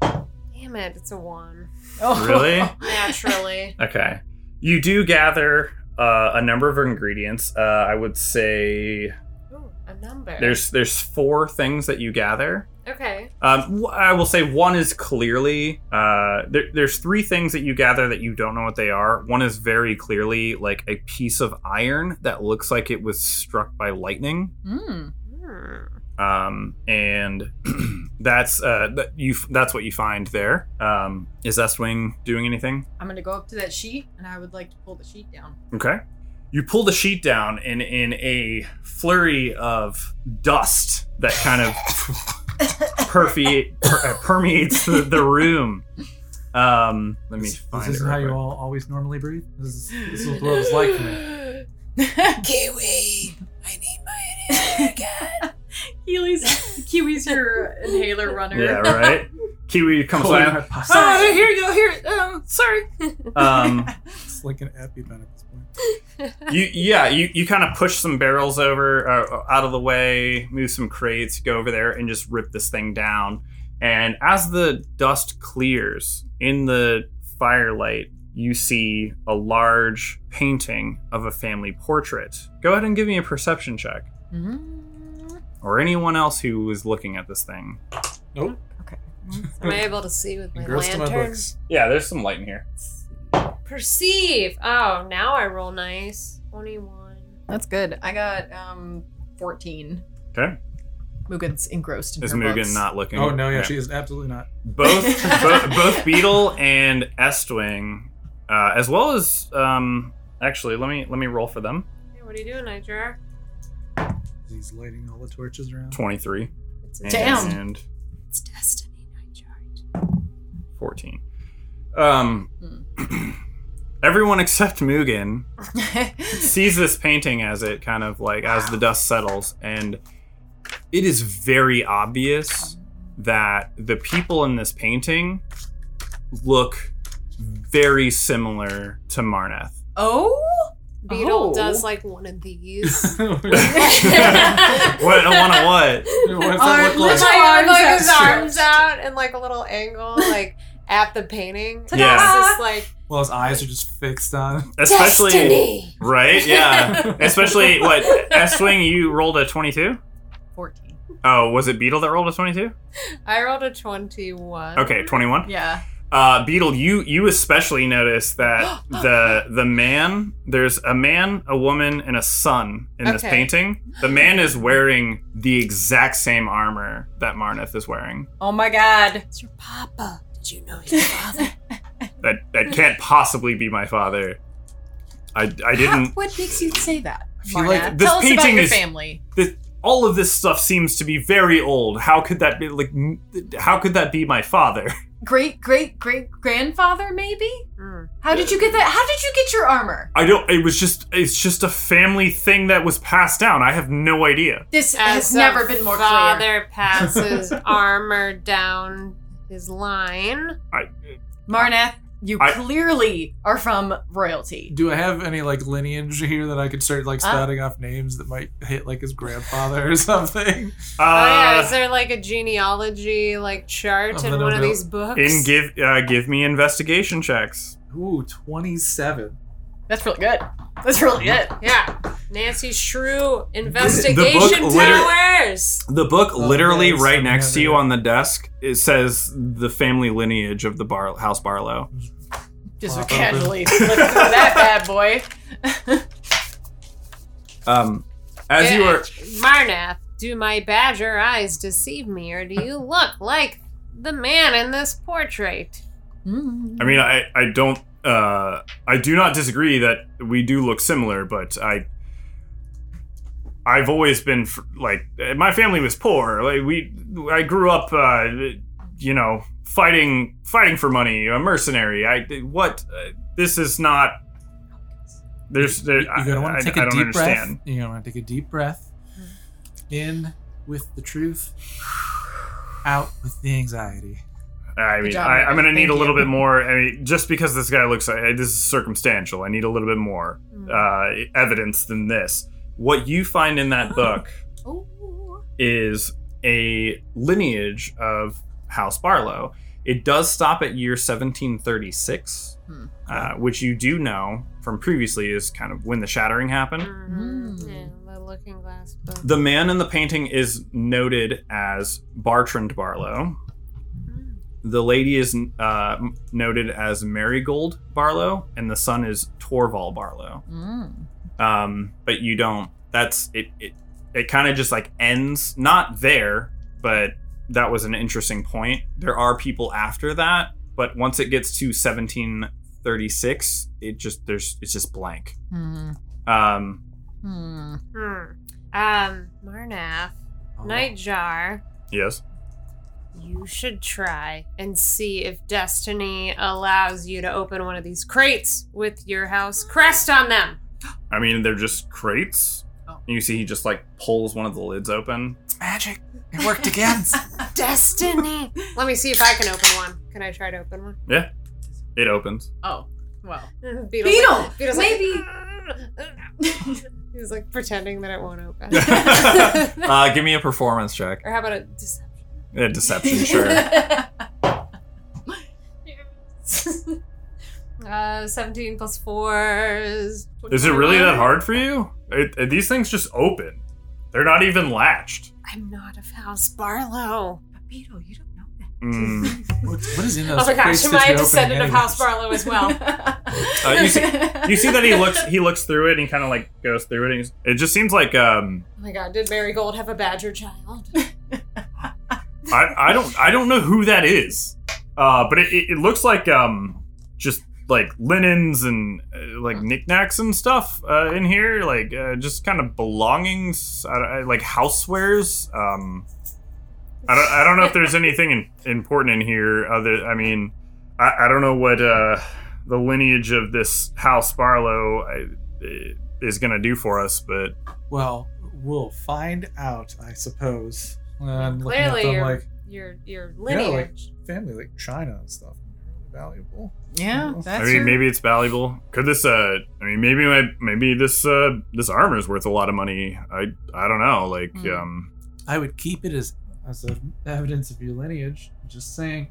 [SPEAKER 3] Damn it, it's a one.
[SPEAKER 4] Oh.
[SPEAKER 2] Really?
[SPEAKER 3] Naturally.
[SPEAKER 2] Okay. You do gather uh, a number of ingredients. Uh, I would say
[SPEAKER 3] Ooh, a number.
[SPEAKER 2] there's there's four things that you gather.
[SPEAKER 3] Okay.
[SPEAKER 2] Um, wh- I will say one is clearly uh, there, there's three things that you gather that you don't know what they are. One is very clearly like a piece of iron that looks like it was struck by lightning.
[SPEAKER 4] Mm.
[SPEAKER 3] Hmm.
[SPEAKER 2] um, and that's uh, that you that's what you find there. Um, is that swing doing anything?
[SPEAKER 4] I'm gonna go up to that sheet and I would like to pull the sheet down.
[SPEAKER 2] Okay. You pull the sheet down, and in a flurry of dust that kind of perfe- per- uh, permeates the, the room. Um, let me
[SPEAKER 1] This-
[SPEAKER 2] find
[SPEAKER 1] this
[SPEAKER 2] it.
[SPEAKER 1] is how
[SPEAKER 2] real
[SPEAKER 1] you
[SPEAKER 2] quick.
[SPEAKER 1] all always normally breathe. This is, this is what it was like for me.
[SPEAKER 7] Kiwi, I need my inhaler again.
[SPEAKER 4] Kiwi's Kiwi's your inhaler runner.
[SPEAKER 2] Yeah, right. Kiwi comes
[SPEAKER 1] Pulling
[SPEAKER 2] out.
[SPEAKER 1] my pus-
[SPEAKER 7] Oh, here you go. Here, oh, sorry.
[SPEAKER 2] Um,
[SPEAKER 1] It's like an EpiPen at this point.
[SPEAKER 2] you yeah you, you kind of push some barrels over uh, out of the way move some crates go over there and just rip this thing down and as the dust clears in the firelight you see a large painting of a family portrait go ahead and give me a perception check
[SPEAKER 4] Mm.
[SPEAKER 2] or anyone else who is looking at this thing
[SPEAKER 3] Am I able to see with my
[SPEAKER 1] Engrossed in my
[SPEAKER 3] lantern?
[SPEAKER 1] books.
[SPEAKER 2] yeah there's some light in here
[SPEAKER 3] Perceive. Oh, now I roll nice. 21.
[SPEAKER 4] That's good. I got um 14.
[SPEAKER 2] okay
[SPEAKER 4] Mugen's engrossed in
[SPEAKER 2] is
[SPEAKER 4] her
[SPEAKER 2] Mugen
[SPEAKER 4] books.
[SPEAKER 2] not looking
[SPEAKER 1] Oh no, yeah, she is absolutely not.
[SPEAKER 2] both both, both Beetle and Estwing, uh, as well as um, actually let me let me roll for them.
[SPEAKER 3] Hey, what are you doing, Niger?
[SPEAKER 1] He's lighting all the torches around.
[SPEAKER 2] Twenty three
[SPEAKER 3] It's a
[SPEAKER 4] Damn.
[SPEAKER 2] and
[SPEAKER 7] It's destiny, Nigel.
[SPEAKER 2] fourteen. Um,
[SPEAKER 1] Hmm.
[SPEAKER 2] everyone except Mugen sees this painting as it kind of like as the dust settles, and it is very obvious that the people in this painting look very similar to Marneth.
[SPEAKER 4] oh?
[SPEAKER 3] Beetle
[SPEAKER 4] Oh.
[SPEAKER 3] does like one of these.
[SPEAKER 1] what,
[SPEAKER 2] What? I want to what?
[SPEAKER 1] what does that look like?
[SPEAKER 4] Alright, arms
[SPEAKER 3] Like, like
[SPEAKER 4] out
[SPEAKER 3] his arms
[SPEAKER 4] stretched.
[SPEAKER 3] out and like a little angle, like at the painting.
[SPEAKER 2] Yeah.
[SPEAKER 3] It's just like
[SPEAKER 1] Well, his eyes are just fixed on.
[SPEAKER 2] Especially
[SPEAKER 7] destiny.
[SPEAKER 2] Right? Yeah. Especially what S swing you rolled a twenty two?
[SPEAKER 4] 14.
[SPEAKER 2] Oh, was it Beetle that rolled a twenty two?
[SPEAKER 3] I rolled a twenty-one.
[SPEAKER 2] Okay, twenty one.
[SPEAKER 4] Yeah.
[SPEAKER 2] Uh Beetle, you you especially notice that the the man there's a man, a woman, and a son in this
[SPEAKER 3] Okay.
[SPEAKER 2] painting. The man is wearing the exact same armor that Marneth is wearing.
[SPEAKER 4] Oh my god.
[SPEAKER 7] It's your papa. Did you know your father?
[SPEAKER 2] That that can't possibly be my father. I, I didn't
[SPEAKER 4] What makes you say that?
[SPEAKER 1] I feel like
[SPEAKER 4] Marnat?
[SPEAKER 2] this
[SPEAKER 4] Tell us about
[SPEAKER 2] painting
[SPEAKER 4] your
[SPEAKER 2] is-
[SPEAKER 4] family.
[SPEAKER 2] all of this stuff seems to be very old. How could that be like m- how could that be my father?
[SPEAKER 4] Great great great grandfather maybe?
[SPEAKER 3] Mm.
[SPEAKER 4] How did you get that? How did you get your armor?
[SPEAKER 2] I don't. It was just. It's just a family thing that was passed down. I have no idea.
[SPEAKER 4] This
[SPEAKER 3] As
[SPEAKER 4] has never
[SPEAKER 3] a
[SPEAKER 4] been more
[SPEAKER 3] father
[SPEAKER 4] clear.
[SPEAKER 3] passes armor down his line.
[SPEAKER 2] I,
[SPEAKER 4] Marnath, you
[SPEAKER 2] I-
[SPEAKER 4] clearly are from royalty.
[SPEAKER 1] Do I have any like lineage here that I could start like
[SPEAKER 4] Uh.
[SPEAKER 1] spouting off names that might hit like his grandfather or something?
[SPEAKER 3] oh yeah,
[SPEAKER 2] uh,
[SPEAKER 3] is there like a genealogy like chart
[SPEAKER 1] I'm
[SPEAKER 3] in
[SPEAKER 1] gonna
[SPEAKER 3] one of
[SPEAKER 1] do-
[SPEAKER 3] these books?
[SPEAKER 2] in give uh, give me investigation checks.
[SPEAKER 1] Ooh, twenty-seven.
[SPEAKER 4] That's really good. That's really good.
[SPEAKER 3] yeah, Nancy Shrew
[SPEAKER 2] book
[SPEAKER 3] investigation
[SPEAKER 2] liter-
[SPEAKER 3] towers.
[SPEAKER 2] The book
[SPEAKER 1] Oh,
[SPEAKER 2] literally
[SPEAKER 1] yeah, it's
[SPEAKER 2] right
[SPEAKER 1] something
[SPEAKER 2] next to
[SPEAKER 1] over
[SPEAKER 2] you
[SPEAKER 1] there.
[SPEAKER 2] on the desk. It says the family lineage of the Bar- House Barlow.
[SPEAKER 4] Just
[SPEAKER 1] Pop
[SPEAKER 4] casually flip through that bad boy.
[SPEAKER 2] Um, as you are
[SPEAKER 3] Marnath, do my badger eyes deceive me, or do you look like the man in this portrait?
[SPEAKER 2] I mean, I, I don't, uh, I do not disagree that we do look similar, but I, I've always been fr- like, eh, my family was poor. Like we, I grew up, uh, you know, fighting, fighting for money, a mercenary. I, what, uh, this is not, there's, there,
[SPEAKER 1] You- You're gonna want
[SPEAKER 2] I-
[SPEAKER 1] to take
[SPEAKER 2] I- I
[SPEAKER 1] a
[SPEAKER 2] don't
[SPEAKER 1] deep
[SPEAKER 2] understand.
[SPEAKER 1] breath. You're gonna want to take a deep breath.
[SPEAKER 3] Hmm.
[SPEAKER 1] In with the truth. Out with the anxiety.
[SPEAKER 2] I
[SPEAKER 4] Good
[SPEAKER 2] mean,
[SPEAKER 4] job,
[SPEAKER 2] I, I'm gonna
[SPEAKER 4] Megan.
[SPEAKER 2] need a
[SPEAKER 4] Thank
[SPEAKER 2] little
[SPEAKER 4] you.
[SPEAKER 2] bit more. I mean, just because
[SPEAKER 4] Hmm.
[SPEAKER 2] this guy looks, like, this is circumstantial. I need a little bit more. uh, evidence than this. What you find in that book
[SPEAKER 7] Oh.
[SPEAKER 2] is a lineage of House Barlow. It does stop at year 1736,
[SPEAKER 4] Hmm.
[SPEAKER 2] uh, which you do know from previously is kind of when the shattering happened.
[SPEAKER 3] Mhm.
[SPEAKER 4] Mm.
[SPEAKER 3] Yeah, the looking glass book.
[SPEAKER 2] The man in the painting is noted as Bartrand Barlow.
[SPEAKER 3] Mm.
[SPEAKER 2] The lady is uh, noted as Marigold Barlow, and the son is Torval Barlow.
[SPEAKER 4] Mm.
[SPEAKER 2] um, but you don't. That's it. It, it kind of just like ends not there, but that was an interesting point. There are people after that, but once it gets to 1736, it just there's it's just blank.
[SPEAKER 4] Mm.
[SPEAKER 2] Um,
[SPEAKER 4] Mm.
[SPEAKER 3] Hmm. Um, Marnath,
[SPEAKER 1] Oh,
[SPEAKER 2] Oh.
[SPEAKER 3] Nightjar,
[SPEAKER 2] yes,
[SPEAKER 3] you should try and see if Destiny allows you to open one of these crates with your house crest on them.
[SPEAKER 2] I mean they're just crates.
[SPEAKER 4] Oh.
[SPEAKER 2] And you see, he just like pulls one of the lids open.
[SPEAKER 6] It's magic. It worked again.
[SPEAKER 3] Destiny! Let me see if I can open one. Can I try to open one?
[SPEAKER 2] It opens.
[SPEAKER 4] Oh, well.
[SPEAKER 3] Beetle's
[SPEAKER 4] Beetle!
[SPEAKER 3] like- Beetle's
[SPEAKER 4] Maybe-
[SPEAKER 3] Like, He's like pretending that it won't open.
[SPEAKER 2] uh, give me a performance check.
[SPEAKER 3] or how about a deception?
[SPEAKER 2] A deception, sure.
[SPEAKER 3] Uh, 17 plus 4 is.
[SPEAKER 2] Is it really
[SPEAKER 3] 21?
[SPEAKER 2] that hard for you? It, it- these things just open. They're not even latched.
[SPEAKER 3] I'm not of House Barlow.
[SPEAKER 4] Beetle, you don't know
[SPEAKER 2] Mm.
[SPEAKER 1] What, what is in
[SPEAKER 3] Oh
[SPEAKER 1] those?
[SPEAKER 3] my gosh,
[SPEAKER 1] crates
[SPEAKER 3] am
[SPEAKER 1] that
[SPEAKER 3] I a
[SPEAKER 1] you're
[SPEAKER 3] descendant
[SPEAKER 1] opening
[SPEAKER 3] of House
[SPEAKER 1] anyways?
[SPEAKER 3] Barlow as well?
[SPEAKER 2] Uh, you see- You see that he looks he looks through it and he kind of like goes through it and he's, it just seems like um
[SPEAKER 3] Oh my god, did Mary Gold have a badger child?
[SPEAKER 2] I I don't I don't know who that is. Uh but it, it, it looks like um just like linens and uh, like knickknacks and stuff uh, in here like uh, just kind of belongings I, don't- I, like housewares um I don't, I don't know if there's anything in, important in here other I mean I, I don't know what uh the lineage of this house Barlow uh, is gonna do for us but
[SPEAKER 1] Well, we'll find out, I suppose. And I'm looking at
[SPEAKER 3] Clearly,
[SPEAKER 1] them
[SPEAKER 3] your,
[SPEAKER 1] like
[SPEAKER 3] your your
[SPEAKER 1] like-
[SPEAKER 3] lineage.
[SPEAKER 1] family, like China and stuff. Really valuable.
[SPEAKER 4] yeah, that's
[SPEAKER 2] I mean,
[SPEAKER 4] your-
[SPEAKER 2] maybe it's valuable. Could this? Uh, I mean, maybe my maybe this uh this armor is worth a lot of money. I I don't know. Like,
[SPEAKER 4] Hmm.
[SPEAKER 2] um,
[SPEAKER 1] I would keep it as as a evidence of your lineage. Just saying.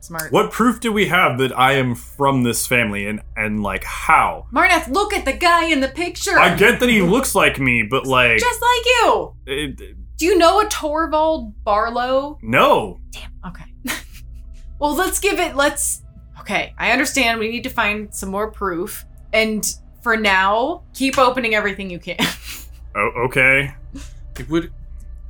[SPEAKER 4] smart.
[SPEAKER 2] what proof do we have that I am from this family, and and like how?
[SPEAKER 4] Marnath, look at the guy in the picture.
[SPEAKER 2] I get that he looks like me, but like,
[SPEAKER 4] Just like you.
[SPEAKER 2] it,
[SPEAKER 4] Do you know a Torvald Barlow?
[SPEAKER 2] no.
[SPEAKER 4] Okay. well, let's give it. Let's. Okay, I understand. We need to find some more proof. And for now, keep opening everything you can.
[SPEAKER 2] Oh, okay.
[SPEAKER 1] It would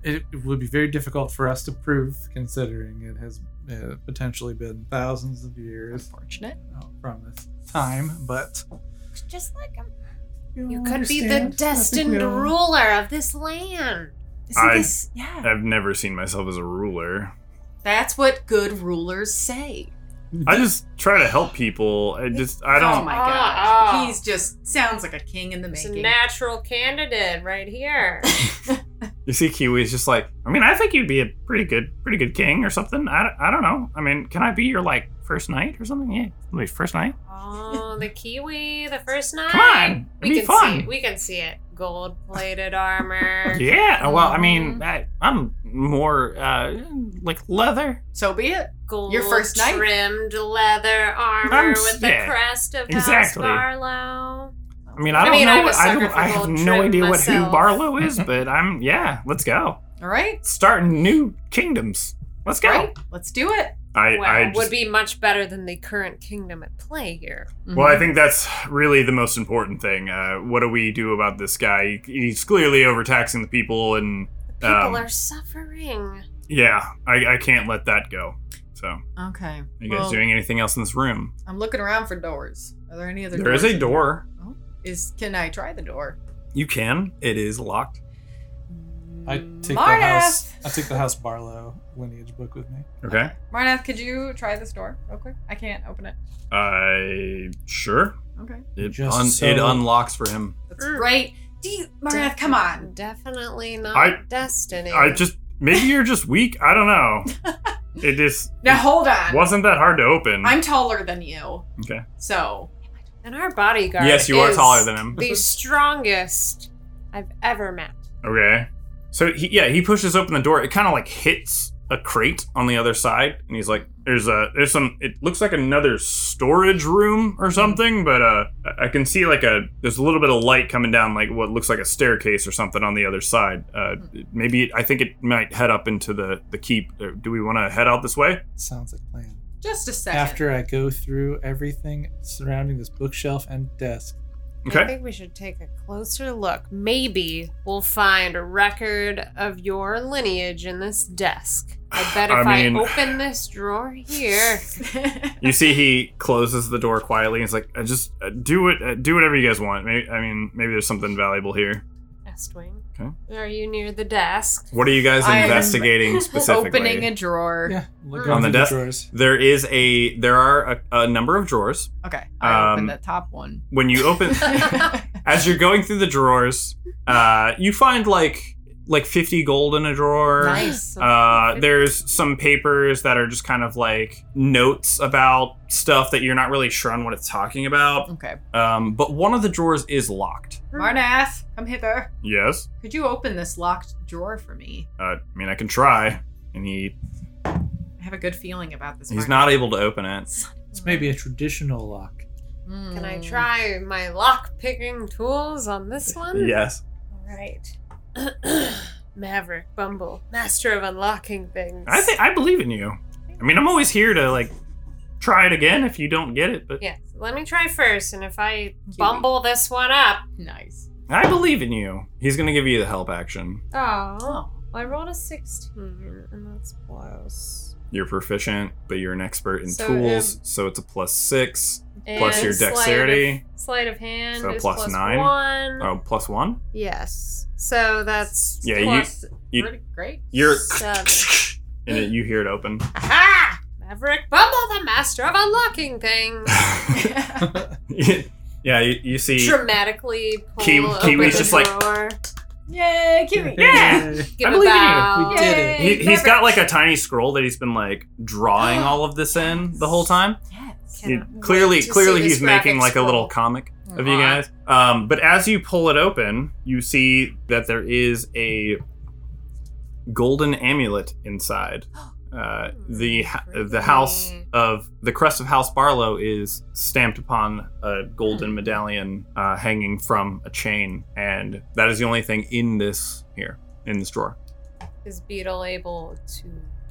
[SPEAKER 1] it, it would be very difficult for us to prove, considering it has uh, potentially been thousands of years
[SPEAKER 4] Unfortunate.
[SPEAKER 1] out from this time. But
[SPEAKER 3] Just like him.
[SPEAKER 1] you,
[SPEAKER 3] You
[SPEAKER 1] all
[SPEAKER 3] could be the
[SPEAKER 1] understand. I think we
[SPEAKER 3] destined
[SPEAKER 1] all-
[SPEAKER 3] ruler of this land.
[SPEAKER 4] Isn't
[SPEAKER 2] I- Uh,
[SPEAKER 4] this? Yeah.
[SPEAKER 2] I've never seen myself as a ruler.
[SPEAKER 4] That's what good rulers say.
[SPEAKER 2] I just try to help people. I just I
[SPEAKER 4] Oh
[SPEAKER 2] don't.
[SPEAKER 4] my
[SPEAKER 3] Ah,
[SPEAKER 4] gosh.
[SPEAKER 3] ah.
[SPEAKER 4] He's just sounds like a king in the
[SPEAKER 3] It's a
[SPEAKER 4] making.
[SPEAKER 3] natural candidate right here.
[SPEAKER 2] You see, Kiwi's just like. I mean, I think you'd be a pretty good pretty good king or something. I, don't- I don't know. I mean, can I be your like first knight or something? Yeah, maybe first knight.
[SPEAKER 3] oh, the kiwi, the first night.
[SPEAKER 2] Come on,
[SPEAKER 3] we
[SPEAKER 2] it'd be
[SPEAKER 3] can
[SPEAKER 2] fun.
[SPEAKER 3] see it. We can see it. Gold plated armor.
[SPEAKER 2] Yeah, Oh, well, I
[SPEAKER 4] Mhm.
[SPEAKER 2] mean, I, I'm more uh, like leather.
[SPEAKER 4] so be it.
[SPEAKER 3] Gold
[SPEAKER 4] Your first knight?
[SPEAKER 3] trimmed leather armor
[SPEAKER 2] I'm s-
[SPEAKER 3] with the
[SPEAKER 2] yeah,
[SPEAKER 3] crest of
[SPEAKER 2] exactly.
[SPEAKER 3] House Barlow.
[SPEAKER 2] I mean, I
[SPEAKER 3] I
[SPEAKER 2] don't
[SPEAKER 3] mean,
[SPEAKER 2] know.
[SPEAKER 3] I'm a
[SPEAKER 2] what- I,
[SPEAKER 3] sucker
[SPEAKER 2] don't,
[SPEAKER 3] for
[SPEAKER 2] I have
[SPEAKER 3] gold
[SPEAKER 2] no
[SPEAKER 3] trim
[SPEAKER 2] idea what Hugh
[SPEAKER 3] myself.
[SPEAKER 2] Barlow is, but I'm yeah. Let's go.
[SPEAKER 4] All right.
[SPEAKER 2] Starting new kingdoms. Let's go.
[SPEAKER 4] Right. Let's do it.
[SPEAKER 2] I,
[SPEAKER 3] well,
[SPEAKER 2] I just,
[SPEAKER 3] would be much better than the current kingdom at play here.
[SPEAKER 2] Well, I
[SPEAKER 4] Mhm.
[SPEAKER 2] think that's really the most important thing. Uh, what do we do about this guy? He's clearly overtaxing the people, and
[SPEAKER 3] People
[SPEAKER 2] Um,
[SPEAKER 3] are suffering.
[SPEAKER 2] yeah, I, I can't let that go. So, are
[SPEAKER 4] Okay.
[SPEAKER 2] you
[SPEAKER 4] well,
[SPEAKER 2] guys doing anything else in this room?
[SPEAKER 4] I'm looking around for doors. Are there any other
[SPEAKER 2] There
[SPEAKER 4] doors?
[SPEAKER 2] is a door.
[SPEAKER 4] Is can I try the door?
[SPEAKER 2] You can. It is locked.
[SPEAKER 1] I take
[SPEAKER 4] Marnath!
[SPEAKER 1] the house. I take the house Barlow lineage book with me.
[SPEAKER 2] Okay.
[SPEAKER 4] Marnath, could you try this door real quick? I can't open it.
[SPEAKER 2] I sure.
[SPEAKER 4] Okay.
[SPEAKER 2] It
[SPEAKER 1] Just
[SPEAKER 2] un-
[SPEAKER 1] so-
[SPEAKER 2] it unlocks for him.
[SPEAKER 4] That's
[SPEAKER 3] Mm.
[SPEAKER 4] great. Do you Marnath, come on.
[SPEAKER 3] Definitely not
[SPEAKER 2] I-
[SPEAKER 3] destiny.
[SPEAKER 2] I just maybe you're just weak. I don't know. It just
[SPEAKER 4] Now hold on.
[SPEAKER 2] wasn't that hard to open.
[SPEAKER 4] I'm taller than you.
[SPEAKER 2] Okay.
[SPEAKER 4] So
[SPEAKER 3] and our bodyguard.
[SPEAKER 2] yes, you are
[SPEAKER 3] is
[SPEAKER 2] taller than him.
[SPEAKER 3] the strongest I've ever met.
[SPEAKER 2] Okay. So he, yeah, he pushes open the door. It kind of like hits a crate on the other side, and he's like, "There's a there's some. It looks like another storage room or something, but uh, I I can see like a there's a little bit of light coming down like what looks like a staircase or something on the other side. Uh, maybe I think it might head up into the the keep. Uh, Do we want to head out this way?
[SPEAKER 1] Sounds like plan.
[SPEAKER 4] Just a second.
[SPEAKER 1] After I go through everything surrounding this bookshelf and desk,
[SPEAKER 3] I
[SPEAKER 2] Okay.
[SPEAKER 3] think we should take a closer look. Maybe we'll find a record of your lineage in this desk. I bet if
[SPEAKER 2] I
[SPEAKER 3] I,
[SPEAKER 2] mean-
[SPEAKER 3] open this drawer here,
[SPEAKER 2] You see, he closes the door quietly. And he's like, "I just uh, do it. Uh, do whatever you guys want. Maybe, I mean, maybe there's something valuable here.
[SPEAKER 3] Estwing.
[SPEAKER 2] Okay.
[SPEAKER 3] Are you near the desk?
[SPEAKER 2] What are you guys
[SPEAKER 4] I am
[SPEAKER 2] investigating specifically?
[SPEAKER 4] Opening a drawer.
[SPEAKER 1] yeah, look
[SPEAKER 4] Hmm.
[SPEAKER 1] on
[SPEAKER 2] On the
[SPEAKER 1] the
[SPEAKER 2] desk?
[SPEAKER 1] drawers.
[SPEAKER 2] There is a there are a, a number of drawers.
[SPEAKER 4] Okay, I
[SPEAKER 2] Um,
[SPEAKER 4] opened that top one.
[SPEAKER 2] When you open as you're going through the drawers, uh, you find like like 50 gold in a drawer.
[SPEAKER 4] nice.
[SPEAKER 2] Uh, there's some papers that are just kind of like notes about stuff that you're not really sure on what it's talking about.
[SPEAKER 4] Okay,
[SPEAKER 2] Um, but one of the drawers is locked.
[SPEAKER 4] Marnath, come hither.
[SPEAKER 2] Yes.
[SPEAKER 4] Could you open this locked drawer for me?
[SPEAKER 2] Uh, I mean, I can try. And he
[SPEAKER 4] I have a good feeling about this.
[SPEAKER 2] he's
[SPEAKER 4] Marnath.
[SPEAKER 2] not able to open it.
[SPEAKER 1] It's maybe a traditional lock.
[SPEAKER 4] Mm.
[SPEAKER 3] Hmm. Can I try my lock picking tools on this one?
[SPEAKER 2] Yes.
[SPEAKER 3] All right. Maverick, Bumble, master of unlocking things.
[SPEAKER 2] I think I believe in you. I mean, I'm always here to like try it again if you don't get it, but
[SPEAKER 3] Yes. Let me try first, and if I bumble this one up,
[SPEAKER 4] Nice.
[SPEAKER 2] I believe in you. He's gonna give you the help action.
[SPEAKER 3] Oh, I rolled a 16, and that's close.
[SPEAKER 2] You're proficient, but you're an expert in
[SPEAKER 3] So, um,
[SPEAKER 2] tools, so it's a plus six plus
[SPEAKER 3] And
[SPEAKER 2] your
[SPEAKER 3] sleight of-
[SPEAKER 2] dexterity.
[SPEAKER 3] Sleight of hand
[SPEAKER 2] So
[SPEAKER 3] is
[SPEAKER 2] plus
[SPEAKER 3] plus
[SPEAKER 2] nine?
[SPEAKER 3] one.
[SPEAKER 2] Oh, plus one.
[SPEAKER 3] Yes. So that's
[SPEAKER 2] Yeah, you-
[SPEAKER 3] plus
[SPEAKER 2] You-
[SPEAKER 4] Pretty great.
[SPEAKER 2] You're
[SPEAKER 3] seven.
[SPEAKER 2] and it, you hear it open.
[SPEAKER 3] Aha! Maverick Bumble, the master of unlocking things.
[SPEAKER 2] yeah, you, you see.
[SPEAKER 3] Dramatically pull
[SPEAKER 2] Ki-
[SPEAKER 3] open
[SPEAKER 2] Kiwi's
[SPEAKER 3] the
[SPEAKER 2] just like-
[SPEAKER 3] drawer,
[SPEAKER 4] Yay, Kiwi.
[SPEAKER 2] Yeah!
[SPEAKER 1] Yay.
[SPEAKER 2] I
[SPEAKER 3] give a
[SPEAKER 2] believe in you.
[SPEAKER 3] bow.
[SPEAKER 1] We did it.
[SPEAKER 2] He, he's got like a tiny scroll that he's been like drawing all of this in the whole time.
[SPEAKER 4] Yes.
[SPEAKER 2] He-
[SPEAKER 3] Cannot
[SPEAKER 2] clearly,
[SPEAKER 3] wait to see
[SPEAKER 2] clearly
[SPEAKER 3] this
[SPEAKER 2] he's making
[SPEAKER 3] graphic
[SPEAKER 2] like a little
[SPEAKER 3] scroll.
[SPEAKER 2] comic of you guys. Um, but as you pull it open, you see that there is a golden amulet inside. Uh, the ha- the house of the crest of House Barlow is stamped upon a golden medallion uh, hanging from a chain, and that is the only thing in this here in this drawer.
[SPEAKER 3] Is Beetle able to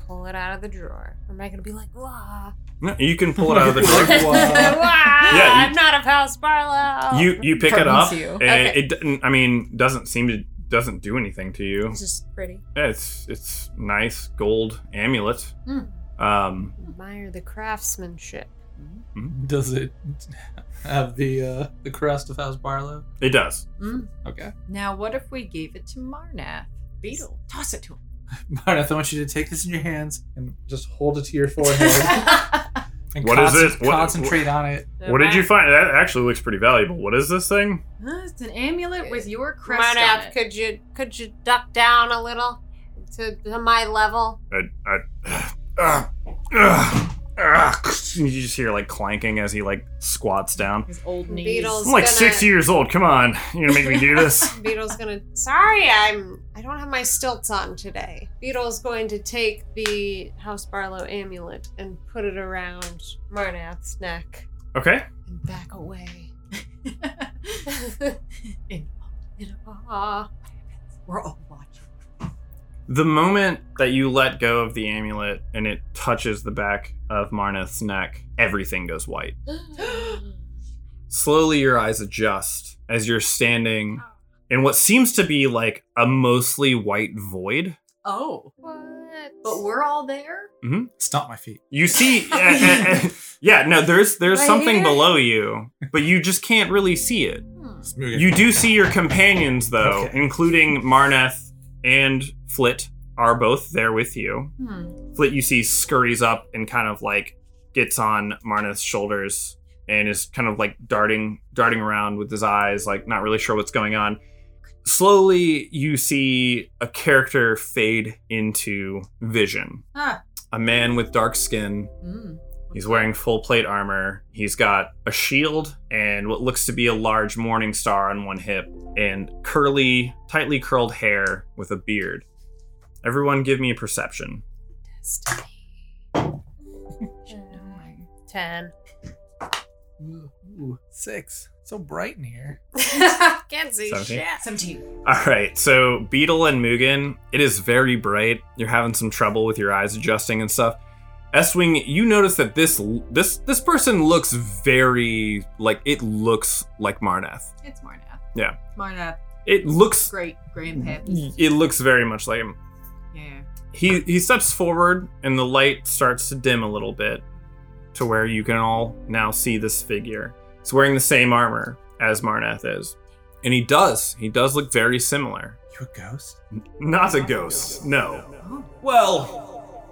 [SPEAKER 3] pull it out of the drawer? Am I gonna be like, wah?
[SPEAKER 2] No, You can pull it out of the drawer.
[SPEAKER 1] Wow.
[SPEAKER 2] Yeah, you-
[SPEAKER 3] I'm not of House Barlow.
[SPEAKER 2] You you pick it
[SPEAKER 4] Curtains
[SPEAKER 2] up.
[SPEAKER 4] you.
[SPEAKER 2] and
[SPEAKER 3] Okay.
[SPEAKER 2] It doesn't- I mean doesn't seem to doesn't do anything to you.
[SPEAKER 3] It's just pretty.
[SPEAKER 2] Yeah, it's it's nice gold amulet.
[SPEAKER 4] Mm.
[SPEAKER 2] Um,
[SPEAKER 3] Admire the craftsmanship.
[SPEAKER 1] Does it have the uh, the crest of House Barlow?
[SPEAKER 2] it does.
[SPEAKER 4] Mm.
[SPEAKER 1] Okay.
[SPEAKER 4] Now, what if we gave it to Marnath? Beetle. Toss it to him.
[SPEAKER 1] Marnath, I want you to take this in your hands and just hold it to your forehead and
[SPEAKER 2] What is this? What-
[SPEAKER 1] concentrate on it.
[SPEAKER 2] What did you find? That actually looks pretty valuable. What is this thing?
[SPEAKER 4] Huh, it's an amulet with your crest on
[SPEAKER 3] Marnath,
[SPEAKER 4] it.
[SPEAKER 3] could you could you duck down a little to, to my level?
[SPEAKER 2] I, I, Ugh. Ugh. Ugh. you just hear like clanking as he like squats down.
[SPEAKER 4] His old knees.
[SPEAKER 3] Beetles.
[SPEAKER 2] I'm like
[SPEAKER 3] gonna-
[SPEAKER 2] six years old. Come on, you're gonna make me do this.
[SPEAKER 3] Beetle's gonna. Sorry, I'm. I don't have my stilts on today. Beetle's going to take the House Barlow amulet and put it around Marnath's neck
[SPEAKER 2] Okay.
[SPEAKER 3] and back away.
[SPEAKER 4] In-
[SPEAKER 3] In awe.
[SPEAKER 4] We're all watching.
[SPEAKER 2] The moment that you let go of the amulet and it touches the back of Marneth's neck, everything goes white. Slowly, your eyes adjust as you're standing in what seems to be like a mostly white void.
[SPEAKER 4] Oh,
[SPEAKER 3] what?
[SPEAKER 4] but we're all there.
[SPEAKER 1] Stomp my feet.
[SPEAKER 2] You see, eh, eh, eh, yeah, no, there's there's
[SPEAKER 3] Right
[SPEAKER 2] something
[SPEAKER 3] here?
[SPEAKER 2] below you, but you just can't really see it.
[SPEAKER 4] Hmm.
[SPEAKER 2] You do see your companions though,
[SPEAKER 1] Okay.
[SPEAKER 2] including Marneth and Flit are both there with you.
[SPEAKER 4] Hmm.
[SPEAKER 2] Flit, you see, scurries up and kind of like gets on Marneth's shoulders and is kind of like darting, darting around with his eyes, like not really sure what's going on. Slowly, you see a character fade into vision.
[SPEAKER 4] Ah.
[SPEAKER 2] A man with dark skin,
[SPEAKER 8] Mm.
[SPEAKER 4] Hmm.
[SPEAKER 2] He's wearing full plate armor. He's got a shield and what looks to be a large morning star on one hip, and curly, tightly curled hair with a beard. Everyone, give me a perception.
[SPEAKER 7] Destiny. Should know my-
[SPEAKER 3] Ten.
[SPEAKER 1] Ooh, ooh, six. So bright in here.
[SPEAKER 3] Can't see
[SPEAKER 2] Seventeen.
[SPEAKER 3] shit.
[SPEAKER 4] 17.
[SPEAKER 2] All right, so Beetle and Mugen, it is very bright. You're having some trouble with your eyes adjusting and stuff. S-wing, you notice that this this this person looks very like it looks like Marnath.
[SPEAKER 4] It's Marnath.
[SPEAKER 2] Yeah.
[SPEAKER 4] Marnath.
[SPEAKER 2] It looks
[SPEAKER 4] Great grandpa.
[SPEAKER 2] it looks very much like him.
[SPEAKER 4] Yeah.
[SPEAKER 2] He he steps forward and the light starts to dim a little bit to where you can all now see this figure. He's wearing the same armor as Marnath is. And he does. He does look very similar.
[SPEAKER 1] You a ghost?
[SPEAKER 2] Not a ghost, no. Well,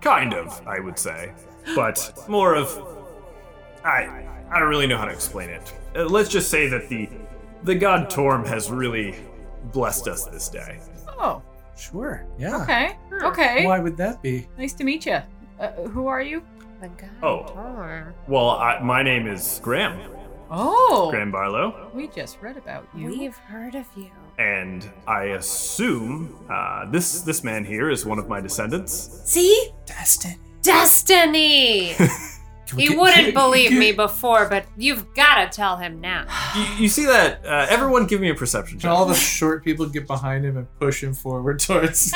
[SPEAKER 2] kind of, I would say, but more of. I I don't really know how to explain it. Uh, let's just say that the the god Torm has really blessed us this day.
[SPEAKER 8] Oh,
[SPEAKER 1] Sure. Yeah.
[SPEAKER 8] okay. Okay.
[SPEAKER 1] Why would that be?
[SPEAKER 8] Nice to meet you. Uh, who are you?
[SPEAKER 3] The guy
[SPEAKER 2] Oh.
[SPEAKER 3] Torm.
[SPEAKER 2] Well, I, my name is Graham
[SPEAKER 8] Oh,
[SPEAKER 2] Graham Barlow,
[SPEAKER 8] we just read about you.
[SPEAKER 7] We've heard of you.
[SPEAKER 2] and I assume uh, this this man here is one of my descendants.
[SPEAKER 7] See?
[SPEAKER 1] Destin.
[SPEAKER 3] Destiny.
[SPEAKER 1] Can we
[SPEAKER 3] he
[SPEAKER 1] get-
[SPEAKER 3] wouldn't believe me before, but you've gotta tell him now.
[SPEAKER 2] You, you see that? Uh, everyone, give me a perception
[SPEAKER 1] Can
[SPEAKER 2] check.
[SPEAKER 1] all the short people get behind him and push him forward towards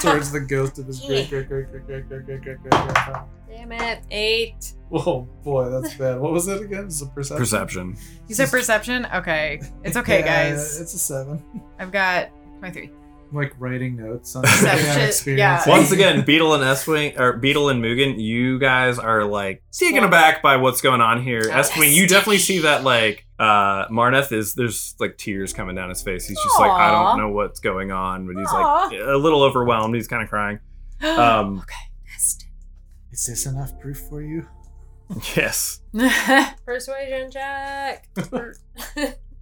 [SPEAKER 1] towards the ghost of his great great great great great great great great great grandpa?
[SPEAKER 3] Damn it. Eight.
[SPEAKER 1] Oh boy, that's bad. What was that again? It's a perception.
[SPEAKER 2] Perception.
[SPEAKER 8] You said perception? Okay. It's okay,
[SPEAKER 1] Yeah,
[SPEAKER 8] guys.
[SPEAKER 1] It's a seven.
[SPEAKER 8] I've got 23.
[SPEAKER 1] I'm like writing notes on
[SPEAKER 8] Perception,
[SPEAKER 1] experience.
[SPEAKER 8] yeah.
[SPEAKER 2] Once again, Beetle and S Wing or Beetle and Mugen, you guys are like taken aback by what's going on here. S Wing, you definitely see that like uh Marneth is there's like tears coming down his face. He's just like, I
[SPEAKER 8] Aw.
[SPEAKER 2] don't know what's going on, but he's
[SPEAKER 8] Aw. Oh,
[SPEAKER 2] like a little overwhelmed. He's kind of crying. Um
[SPEAKER 7] Destiny.
[SPEAKER 1] Is this enough proof for you?
[SPEAKER 2] yes.
[SPEAKER 3] Persuasion check.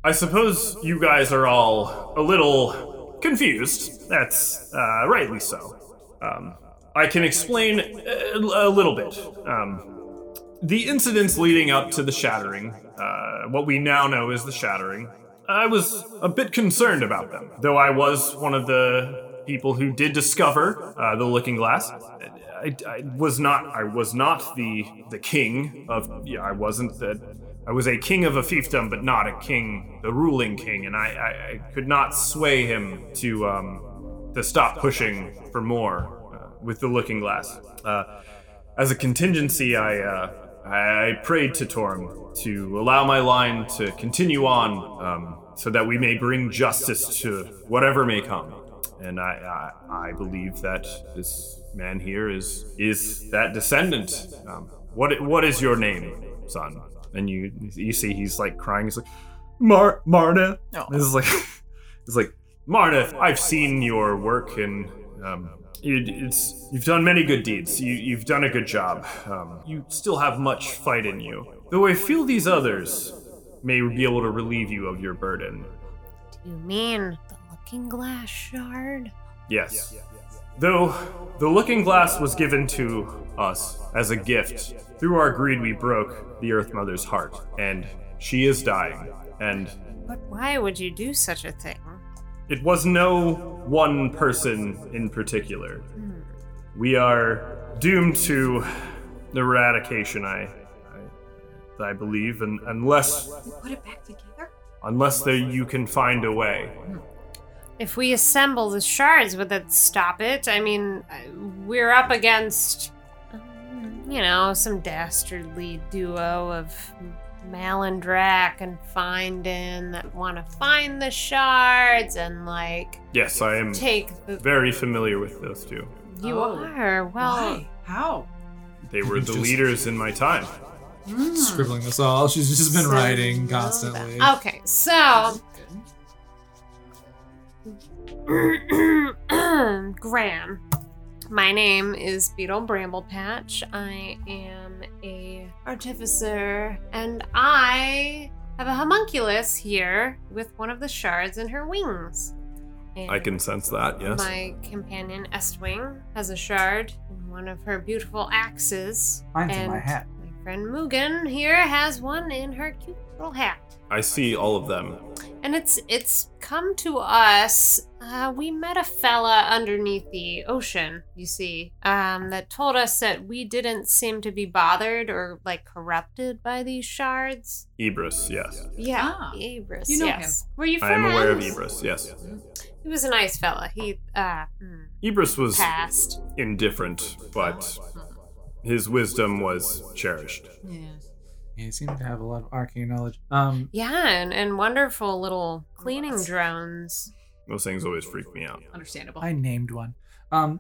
[SPEAKER 2] I suppose you guys are all a little confused. That's uh, rightly so. Um, I can explain a, a little bit. Um, the incidents leading up to the shattering, uh, what we now know is the shattering, I was a bit concerned about them, though I was one of the people who did discover uh, the Looking Glass. I, I was not. I was not the the king of. Yeah, I wasn't the. I was a king of a fiefdom, but not a king, the ruling king, and I, I, I could not sway him to um, to stop pushing for more uh, with the Looking Glass. Uh, as a contingency, I uh, I I prayed to Torm to allow my line to continue on, um, so that we may bring justice to whatever may come. And I I, I believe that this man here is is that descendant. Um, what what is your name, son? And you you see he's like crying. He's like Mar Marna.
[SPEAKER 8] No.
[SPEAKER 2] This is like it's like Marna. I've seen your work and um, it, it's you've done many good deeds. You, you've done a good job. Um, you still have much fight in you. Though I feel these others may be able to relieve you of your burden.
[SPEAKER 3] you mean
[SPEAKER 7] The looking glass shard.
[SPEAKER 2] Yes. Though the looking glass was given to us as a gift, through our greed we broke the Earth Mother's heart, and she is dying. And
[SPEAKER 3] But why would you do such a thing?
[SPEAKER 2] It was no one person in particular. We are doomed to eradication, I, I, I believe, and unless
[SPEAKER 4] We put it back together?
[SPEAKER 2] unless there you can find a way.
[SPEAKER 3] If we assemble the shards, would that stop it? I mean, I- we're up against, um, you know, some dastardly duo of Malandrak and Findin that want to find the shards and, like,
[SPEAKER 2] Yes, I am
[SPEAKER 3] take the.
[SPEAKER 2] very familiar with those two.
[SPEAKER 3] You
[SPEAKER 4] Oh.
[SPEAKER 3] are. Well,
[SPEAKER 4] Why? How?
[SPEAKER 2] They were the
[SPEAKER 1] Just-
[SPEAKER 2] leaders in my time.
[SPEAKER 8] Hmm.
[SPEAKER 1] Scribbling this all. She's just been
[SPEAKER 3] So you
[SPEAKER 1] writing
[SPEAKER 3] know
[SPEAKER 1] constantly.
[SPEAKER 3] that. Okay, so. Graham. My name is Beetle Bramblepatch. I am a artificer, and I have a homunculus here with one of the shards in her wings.
[SPEAKER 2] I can sense that, yes.
[SPEAKER 3] My companion Estwing has a shard in one of her beautiful axes.
[SPEAKER 1] Mine's
[SPEAKER 3] and
[SPEAKER 1] in my hat.
[SPEAKER 3] my friend Mugen here has one in her cute little hat.
[SPEAKER 2] I see all of them.
[SPEAKER 3] And it's it's come to us. Uh, we met a fella underneath the ocean, you see, um, that told us that we didn't seem to be bothered or like corrupted by these shards.
[SPEAKER 2] Ibris, yes.
[SPEAKER 3] Yeah,
[SPEAKER 4] Ah,
[SPEAKER 3] Ibris.
[SPEAKER 4] you know
[SPEAKER 3] yes. Were you
[SPEAKER 2] I
[SPEAKER 3] friends?
[SPEAKER 2] am aware of Ibris, yes.
[SPEAKER 3] He was a nice fella. He uh, mm,
[SPEAKER 2] Ibris was
[SPEAKER 3] passed.
[SPEAKER 2] indifferent, but his wisdom was cherished.
[SPEAKER 8] Yeah.
[SPEAKER 1] Yeah, you seem to have a lot of arcane knowledge. Um,
[SPEAKER 3] Yeah, and, and wonderful little cleaning drones.
[SPEAKER 2] Those things always freak me out.
[SPEAKER 4] understandable.
[SPEAKER 1] I named one. Um,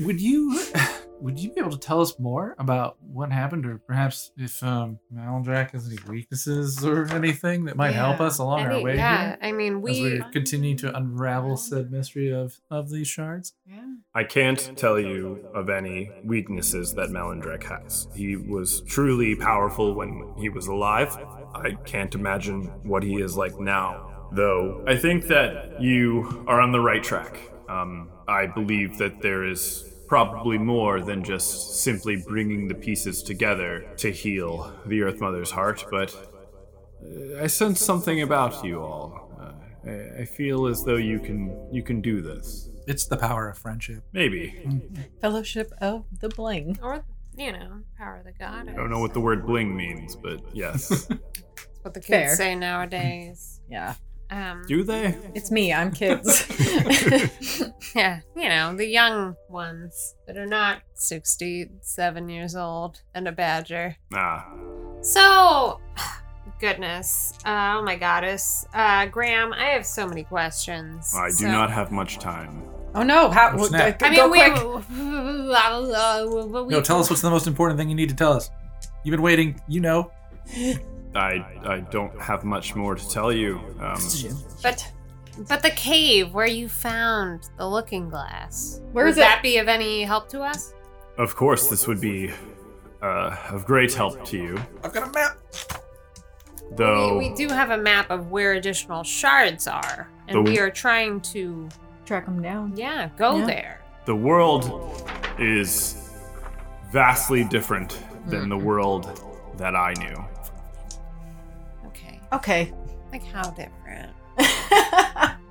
[SPEAKER 1] would you would you be able to tell us more about what happened, or perhaps if um, Maladrak has any weaknesses or anything that might help
[SPEAKER 8] Yeah.
[SPEAKER 1] us along our
[SPEAKER 3] Any-
[SPEAKER 1] way
[SPEAKER 3] yeah,
[SPEAKER 1] here
[SPEAKER 3] I mean,
[SPEAKER 1] as
[SPEAKER 3] we. um,
[SPEAKER 1] we continue to unravel said mystery of of these shards?
[SPEAKER 8] Yeah.
[SPEAKER 2] I can't tell you of any weaknesses that Melindrek has. He was truly powerful when he was alive. I can't imagine what he is like now, though. I think that you are on the right track. Um, I believe that there is probably more than just simply bringing the pieces together to heal the Earth Mother's heart, but uh, I sense something about you all. Uh, I- I feel as though you can you can do this.
[SPEAKER 1] It's the power of friendship.
[SPEAKER 2] Maybe.
[SPEAKER 9] Fellowship of the Bling.
[SPEAKER 3] Or, you know, power of the god.
[SPEAKER 2] I don't know what the word bling means, but yes.
[SPEAKER 3] That's what the kids
[SPEAKER 9] Fair.
[SPEAKER 3] say nowadays.
[SPEAKER 9] Yeah.
[SPEAKER 3] Um,
[SPEAKER 2] Do they?
[SPEAKER 9] It's me. I'm kids.
[SPEAKER 3] yeah, you know, the young ones that are not 67 years old and a badger.
[SPEAKER 2] Ah.
[SPEAKER 3] So, goodness. Uh, oh my goddess. Uh, Graham, I have so many questions.
[SPEAKER 2] I do
[SPEAKER 3] so-
[SPEAKER 2] not have much time.
[SPEAKER 9] oh no! How?
[SPEAKER 1] Oh,
[SPEAKER 9] well,
[SPEAKER 1] snap.
[SPEAKER 9] go
[SPEAKER 3] I mean, we,
[SPEAKER 9] quick.
[SPEAKER 3] we,
[SPEAKER 1] No, tell us what's the most important thing you need to tell us. You've been waiting. You know.
[SPEAKER 2] I I don't have much more to tell you. Um,
[SPEAKER 3] But but the cave where you found the looking glass.
[SPEAKER 9] Where
[SPEAKER 3] would
[SPEAKER 9] is it?
[SPEAKER 3] that be of any help to us?
[SPEAKER 2] of course, this would be uh, of great help to you,
[SPEAKER 1] I've got a map.
[SPEAKER 2] though.
[SPEAKER 3] We, we do have a map of where additional shards are, and
[SPEAKER 2] The-
[SPEAKER 3] we are trying to
[SPEAKER 9] Track them down.
[SPEAKER 3] yeah go
[SPEAKER 9] Yeah.
[SPEAKER 3] there.
[SPEAKER 2] The world is vastly different than
[SPEAKER 3] Mm-hmm.
[SPEAKER 2] the world that I knew.
[SPEAKER 3] Okay,
[SPEAKER 9] Okay.
[SPEAKER 3] like how different?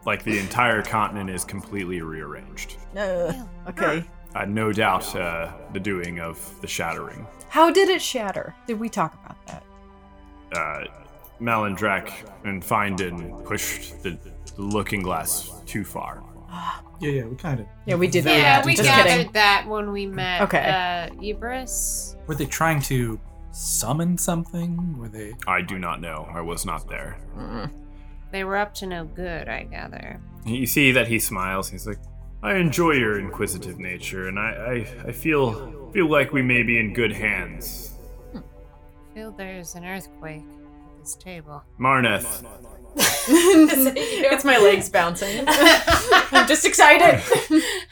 [SPEAKER 2] Like the entire continent is completely rearranged.
[SPEAKER 9] Uh, okay.
[SPEAKER 2] Uh, no doubt, uh, the doing of the shattering.
[SPEAKER 9] How did it shatter? Did we talk about that?
[SPEAKER 2] uh, Malandrak and Findin pushed the, the looking glass too far.
[SPEAKER 1] Yeah, yeah, we kind of.
[SPEAKER 9] Yeah, we did.
[SPEAKER 3] Yeah, we
[SPEAKER 9] Just
[SPEAKER 3] gathered
[SPEAKER 9] kidding.
[SPEAKER 3] that when we met
[SPEAKER 9] Okay.
[SPEAKER 3] uh, Ibris.
[SPEAKER 1] Were they trying to summon something? Were they?
[SPEAKER 2] I do not know. I was not there.
[SPEAKER 3] Mm. They were up to no good, I gather.
[SPEAKER 2] You see that he smiles. He's like, I enjoy your inquisitive nature, and I, I, I feel feel like we may be in good hands.
[SPEAKER 3] feel there's an earthquake at this table.
[SPEAKER 2] Marneth,
[SPEAKER 9] it's my legs bouncing. I'm just excited.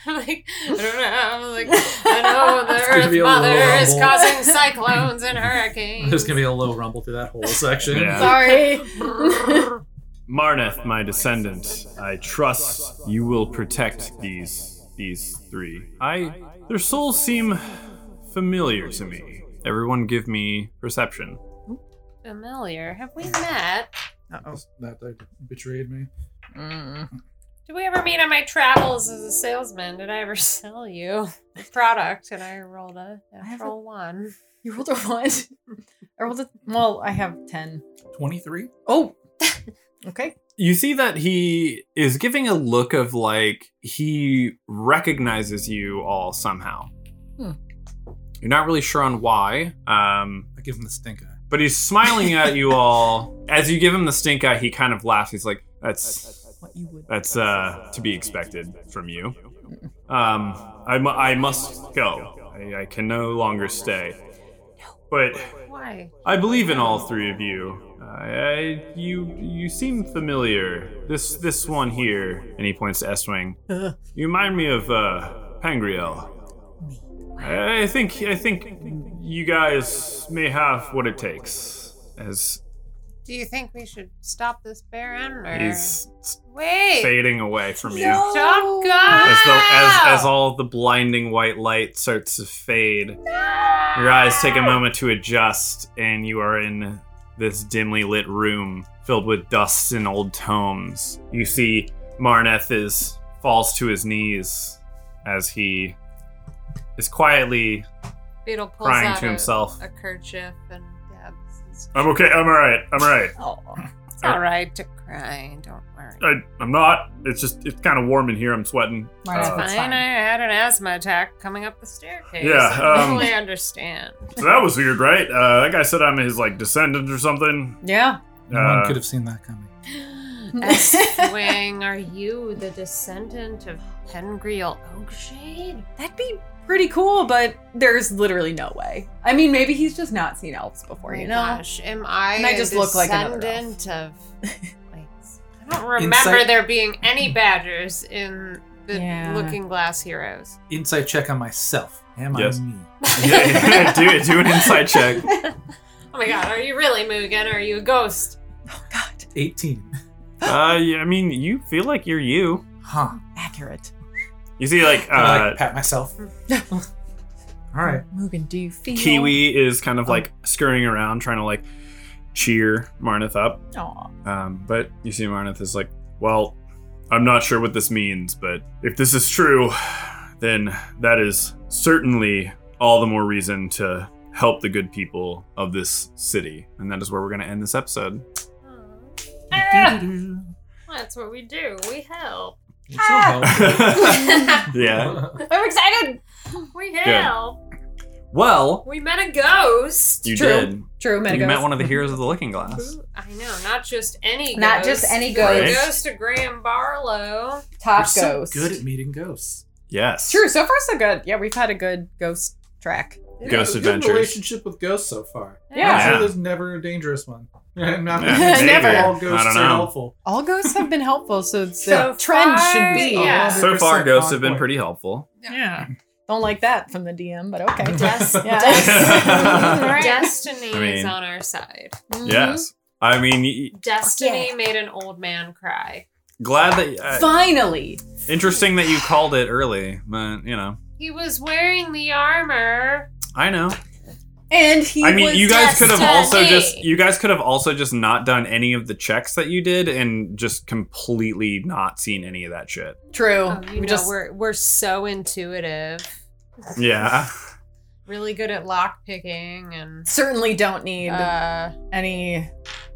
[SPEAKER 3] I'm like, I don't know. I'm like, I know the
[SPEAKER 1] gonna
[SPEAKER 3] Earth
[SPEAKER 1] be a little
[SPEAKER 3] Mother is
[SPEAKER 1] rumble.
[SPEAKER 3] causing cyclones and hurricanes.
[SPEAKER 1] There's gonna be a low rumble through that whole section.
[SPEAKER 2] Yeah.
[SPEAKER 9] Sorry.
[SPEAKER 2] Marneth, my descendant, I trust you will protect these these three. I their souls seem familiar to me. Everyone, give me perception.
[SPEAKER 3] familiar. Have we met?
[SPEAKER 8] Uh-oh.
[SPEAKER 1] That like, betrayed me.
[SPEAKER 8] Mm.
[SPEAKER 3] Did we ever meet on my travels as a salesman? Did I ever sell you a product? And I rolled a
[SPEAKER 8] have
[SPEAKER 3] natural one.
[SPEAKER 8] You rolled a one.
[SPEAKER 9] I rolled a- well, I have ten.
[SPEAKER 1] Twenty-three.
[SPEAKER 9] Oh. okay.
[SPEAKER 2] you see that he is giving a look of like he recognizes you all somehow.
[SPEAKER 9] Hmm.
[SPEAKER 2] You're not really sure on why, um,
[SPEAKER 1] I give him the stink eye.
[SPEAKER 2] but he's smiling at you all. As you give him the stink eye, he kind of laughs. He's like, "That's
[SPEAKER 9] What you would.
[SPEAKER 2] that's uh, to be expected from you." Um, I, mu- I must go. I, I can no longer stay. But
[SPEAKER 3] Why?
[SPEAKER 2] I believe in all three of you. I, I, you you seem familiar. This this one here, and he points to Estwing. You remind me of uh, Pangriel. I, I think I think you guys may have what it takes. As
[SPEAKER 3] Do you think we should stop this Baron? Or...
[SPEAKER 2] He's
[SPEAKER 3] Wait!
[SPEAKER 2] fading away from you.
[SPEAKER 4] No.
[SPEAKER 3] Don't go!
[SPEAKER 2] As, the, as, as all the blinding white light starts to fade, your eyes take a moment to adjust, and you are in this dimly lit room filled with dust and old tomes. You see Marneth is falls to his knees as he is quietly
[SPEAKER 3] Beetle pulls
[SPEAKER 2] crying
[SPEAKER 3] out
[SPEAKER 2] to
[SPEAKER 3] a-
[SPEAKER 2] himself.
[SPEAKER 3] a kerchief and dabs. His...
[SPEAKER 2] I'm okay. I'm all right. I'm all right.
[SPEAKER 3] It's all right to cry. Don't worry.
[SPEAKER 2] I, I'm not. It's just it's kind of warm in here. I'm sweating.
[SPEAKER 4] Mine's
[SPEAKER 2] Uh,
[SPEAKER 4] fine.
[SPEAKER 3] Fine, I had an asthma attack coming up the staircase.
[SPEAKER 2] Yeah,
[SPEAKER 3] I
[SPEAKER 2] um,
[SPEAKER 3] totally understand.
[SPEAKER 2] So that was weird, right? Uh, that guy said I'm his like descendant or something.
[SPEAKER 4] Yeah.
[SPEAKER 1] No
[SPEAKER 2] Uh,
[SPEAKER 1] one could have seen that coming.
[SPEAKER 3] X-Wing, are you the descendant of Hengriel Oakshade?
[SPEAKER 4] That'd be pretty cool, but there's literally no way. I mean, maybe he's just not seen elves before,
[SPEAKER 3] Oh my
[SPEAKER 4] you know?
[SPEAKER 3] gosh, am I?
[SPEAKER 4] And I
[SPEAKER 3] a
[SPEAKER 4] just look like another
[SPEAKER 3] descendant of. Wait, I don't remember
[SPEAKER 1] Insight-
[SPEAKER 3] there being any badgers in the
[SPEAKER 4] Yeah.
[SPEAKER 3] Looking Glass Heroes.
[SPEAKER 1] Insight check on myself. Am
[SPEAKER 2] Yes.
[SPEAKER 1] I me?
[SPEAKER 2] Yeah, yeah, do do an inside check.
[SPEAKER 3] Oh my god, are you really Mugen? Are you a ghost?
[SPEAKER 4] Oh, God.
[SPEAKER 1] 18.
[SPEAKER 2] Uh, yeah, I mean, you feel like you're you.
[SPEAKER 1] Huh.
[SPEAKER 4] Accurate.
[SPEAKER 2] You see, like,
[SPEAKER 1] Can I,
[SPEAKER 2] uh,
[SPEAKER 1] like, pat myself. All right.
[SPEAKER 4] Mugen, do you feel?
[SPEAKER 2] Kiwi is kind of like scurrying around trying to like cheer Marnith up.
[SPEAKER 4] Aw.
[SPEAKER 2] Um, but you see, Marnith is like, well, I'm not sure what this means, but if this is true, then that is certainly all the more reason to help the good people of this city. And that is where we're going to end this episode.
[SPEAKER 3] Ah, that's what we do. We help.
[SPEAKER 1] Which will help.
[SPEAKER 2] yeah.
[SPEAKER 3] I'm excited. We help.
[SPEAKER 2] Well,
[SPEAKER 3] We met a ghost.
[SPEAKER 2] you
[SPEAKER 4] True.
[SPEAKER 2] did.
[SPEAKER 4] True,
[SPEAKER 2] You
[SPEAKER 4] Medigos.
[SPEAKER 2] met one of the heroes of the Looking Glass.
[SPEAKER 3] Ooh, I know, not just any ghost.
[SPEAKER 4] Not just any
[SPEAKER 3] We're
[SPEAKER 2] ghost.
[SPEAKER 3] The ghost of Graham Barlow.
[SPEAKER 1] You're
[SPEAKER 4] Top
[SPEAKER 1] so
[SPEAKER 4] ghost.
[SPEAKER 1] good at meeting ghosts.
[SPEAKER 2] Yes.
[SPEAKER 4] True, so far so good. Yeah, we've had a good ghost track.
[SPEAKER 2] Ghost
[SPEAKER 1] good
[SPEAKER 2] adventures.
[SPEAKER 1] relationship with ghosts so far.
[SPEAKER 4] Yeah.
[SPEAKER 1] I'm sure
[SPEAKER 2] Yeah.
[SPEAKER 1] there's never a dangerous one. Not
[SPEAKER 2] Yeah,
[SPEAKER 1] that
[SPEAKER 4] Never.
[SPEAKER 1] All
[SPEAKER 2] I
[SPEAKER 1] ghosts
[SPEAKER 2] don't
[SPEAKER 1] are
[SPEAKER 2] know.
[SPEAKER 1] helpful.
[SPEAKER 4] All ghosts have been helpful, so the
[SPEAKER 3] So
[SPEAKER 4] trend
[SPEAKER 3] far,
[SPEAKER 4] should be.
[SPEAKER 3] yeah.
[SPEAKER 2] So far,
[SPEAKER 1] 100%
[SPEAKER 2] ghosts
[SPEAKER 1] on
[SPEAKER 2] have been
[SPEAKER 1] point.
[SPEAKER 2] pretty helpful.
[SPEAKER 4] Yeah. Don't like that from the DM, but okay.
[SPEAKER 3] Yes.
[SPEAKER 4] Yeah.
[SPEAKER 2] Right.
[SPEAKER 3] Destiny
[SPEAKER 2] I mean-
[SPEAKER 3] is on our side.
[SPEAKER 4] Mm-hmm.
[SPEAKER 2] Yes. I mean, y-
[SPEAKER 3] Destiny made an old man cry.
[SPEAKER 2] glad that. Uh,
[SPEAKER 4] Mm-hmm. Finally.
[SPEAKER 2] interesting that you called it early, but you know,
[SPEAKER 3] He was wearing the armor.
[SPEAKER 2] I know.
[SPEAKER 4] And he
[SPEAKER 2] I mean,
[SPEAKER 4] was
[SPEAKER 2] you guys could have also
[SPEAKER 3] destiny.
[SPEAKER 2] just you guys could have also just not done any of the checks that you did and just completely not seen any of that shit.
[SPEAKER 4] true.
[SPEAKER 3] Oh, you
[SPEAKER 4] we
[SPEAKER 3] know,
[SPEAKER 4] just
[SPEAKER 3] we're we're so intuitive.
[SPEAKER 2] Yeah.
[SPEAKER 3] Really good at lock picking and
[SPEAKER 4] certainly don't need
[SPEAKER 3] uh
[SPEAKER 4] any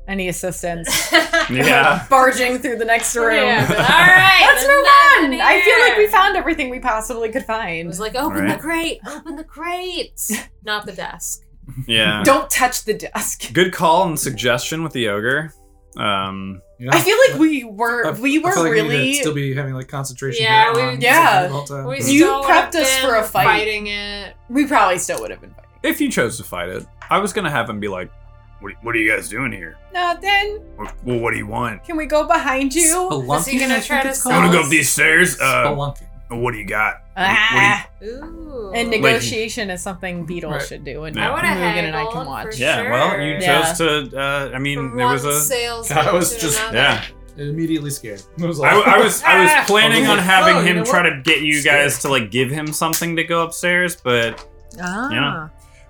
[SPEAKER 4] any assistance.
[SPEAKER 2] Yeah.
[SPEAKER 4] Barging through the next room.
[SPEAKER 3] Yeah, but all right.
[SPEAKER 4] Oh, Let's
[SPEAKER 3] there's
[SPEAKER 4] move
[SPEAKER 3] nothing
[SPEAKER 4] on. I feel like we
[SPEAKER 3] here.
[SPEAKER 4] found everything we possibly could
[SPEAKER 3] It
[SPEAKER 4] find.
[SPEAKER 3] was like, open
[SPEAKER 2] Right.
[SPEAKER 3] the crate, open the crate, not the desk.
[SPEAKER 2] Yeah.
[SPEAKER 4] Don't touch the desk.
[SPEAKER 2] Good call and suggestion with the ogre. Um
[SPEAKER 1] Yeah.
[SPEAKER 4] I feel like we were
[SPEAKER 1] I-
[SPEAKER 4] we
[SPEAKER 1] I
[SPEAKER 4] were
[SPEAKER 1] feel like need
[SPEAKER 4] really
[SPEAKER 1] to still be having like concentration.
[SPEAKER 3] Yeah,
[SPEAKER 1] going
[SPEAKER 3] we-
[SPEAKER 1] on
[SPEAKER 4] yeah.
[SPEAKER 1] the whole time.
[SPEAKER 3] We
[SPEAKER 4] Oh, You
[SPEAKER 3] still would
[SPEAKER 4] prepped
[SPEAKER 3] have
[SPEAKER 4] us
[SPEAKER 3] been
[SPEAKER 4] for a fight.
[SPEAKER 3] Fighting it.
[SPEAKER 4] we probably still would have been fighting.
[SPEAKER 2] if you chose to fight it, I was gonna have him be like, What, what are you guys doing here?
[SPEAKER 4] Now then,
[SPEAKER 2] What, well, what do you want?
[SPEAKER 4] can we go behind you?
[SPEAKER 1] Spelunking,
[SPEAKER 3] Is he gonna
[SPEAKER 1] I think
[SPEAKER 3] try to
[SPEAKER 1] it's
[SPEAKER 3] sell
[SPEAKER 1] called.
[SPEAKER 3] us?
[SPEAKER 2] stairs? Uh,
[SPEAKER 1] Spelunking.
[SPEAKER 2] what do you got?
[SPEAKER 4] Ah.
[SPEAKER 3] Ooh.
[SPEAKER 4] And
[SPEAKER 2] Like-
[SPEAKER 4] negotiation is something Beetle
[SPEAKER 1] Right.
[SPEAKER 4] should do, and
[SPEAKER 2] I
[SPEAKER 3] would've
[SPEAKER 4] Mugen and I can
[SPEAKER 3] haggled
[SPEAKER 4] watch.
[SPEAKER 3] for-
[SPEAKER 2] Yeah, well, you
[SPEAKER 4] Sure.
[SPEAKER 2] chose to. Uh, I mean,
[SPEAKER 3] From
[SPEAKER 2] there was
[SPEAKER 3] one
[SPEAKER 2] a.
[SPEAKER 3] sales
[SPEAKER 1] God, I was
[SPEAKER 3] to
[SPEAKER 1] just-
[SPEAKER 3] another.
[SPEAKER 2] yeah,
[SPEAKER 1] Immediately scared. It was
[SPEAKER 2] I,
[SPEAKER 1] like-
[SPEAKER 2] I was. I
[SPEAKER 3] Ah!
[SPEAKER 2] was planning on having
[SPEAKER 1] Oh, you
[SPEAKER 2] him
[SPEAKER 1] know
[SPEAKER 2] try to get you guys to like give him something to go upstairs, but
[SPEAKER 4] Ah.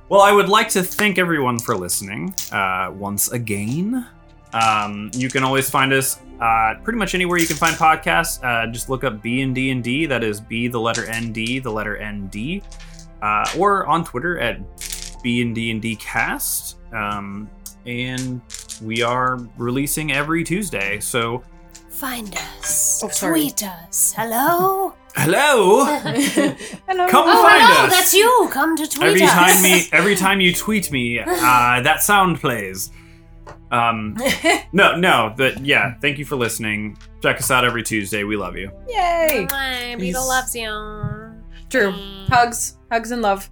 [SPEAKER 2] well, I would like to thank everyone for listening uh, once again. Um, you can always find us uh, pretty much anywhere you can find podcasts. Uh, just look up B and D and D. That is B the letter N D the letter N D, uh, or on Twitter at B and D and D Cast. Um, and we are releasing every Tuesday. So
[SPEAKER 10] Find us.
[SPEAKER 4] Oh, sorry.
[SPEAKER 10] Tweet us. Hello?
[SPEAKER 2] hello,
[SPEAKER 4] Hello.
[SPEAKER 2] come
[SPEAKER 10] oh,
[SPEAKER 2] find
[SPEAKER 10] hello,
[SPEAKER 2] us.
[SPEAKER 10] that's you. Come to tweet
[SPEAKER 2] every
[SPEAKER 10] us.
[SPEAKER 2] time me, every time you tweet me, uh, that sound plays. Um, no, no, but yeah, thank you for listening. Check us out every Tuesday. We love you.
[SPEAKER 4] Yay.
[SPEAKER 3] Mwah, Beetle
[SPEAKER 1] Peace.
[SPEAKER 3] loves you.
[SPEAKER 4] True. Hugs. Hugs and love.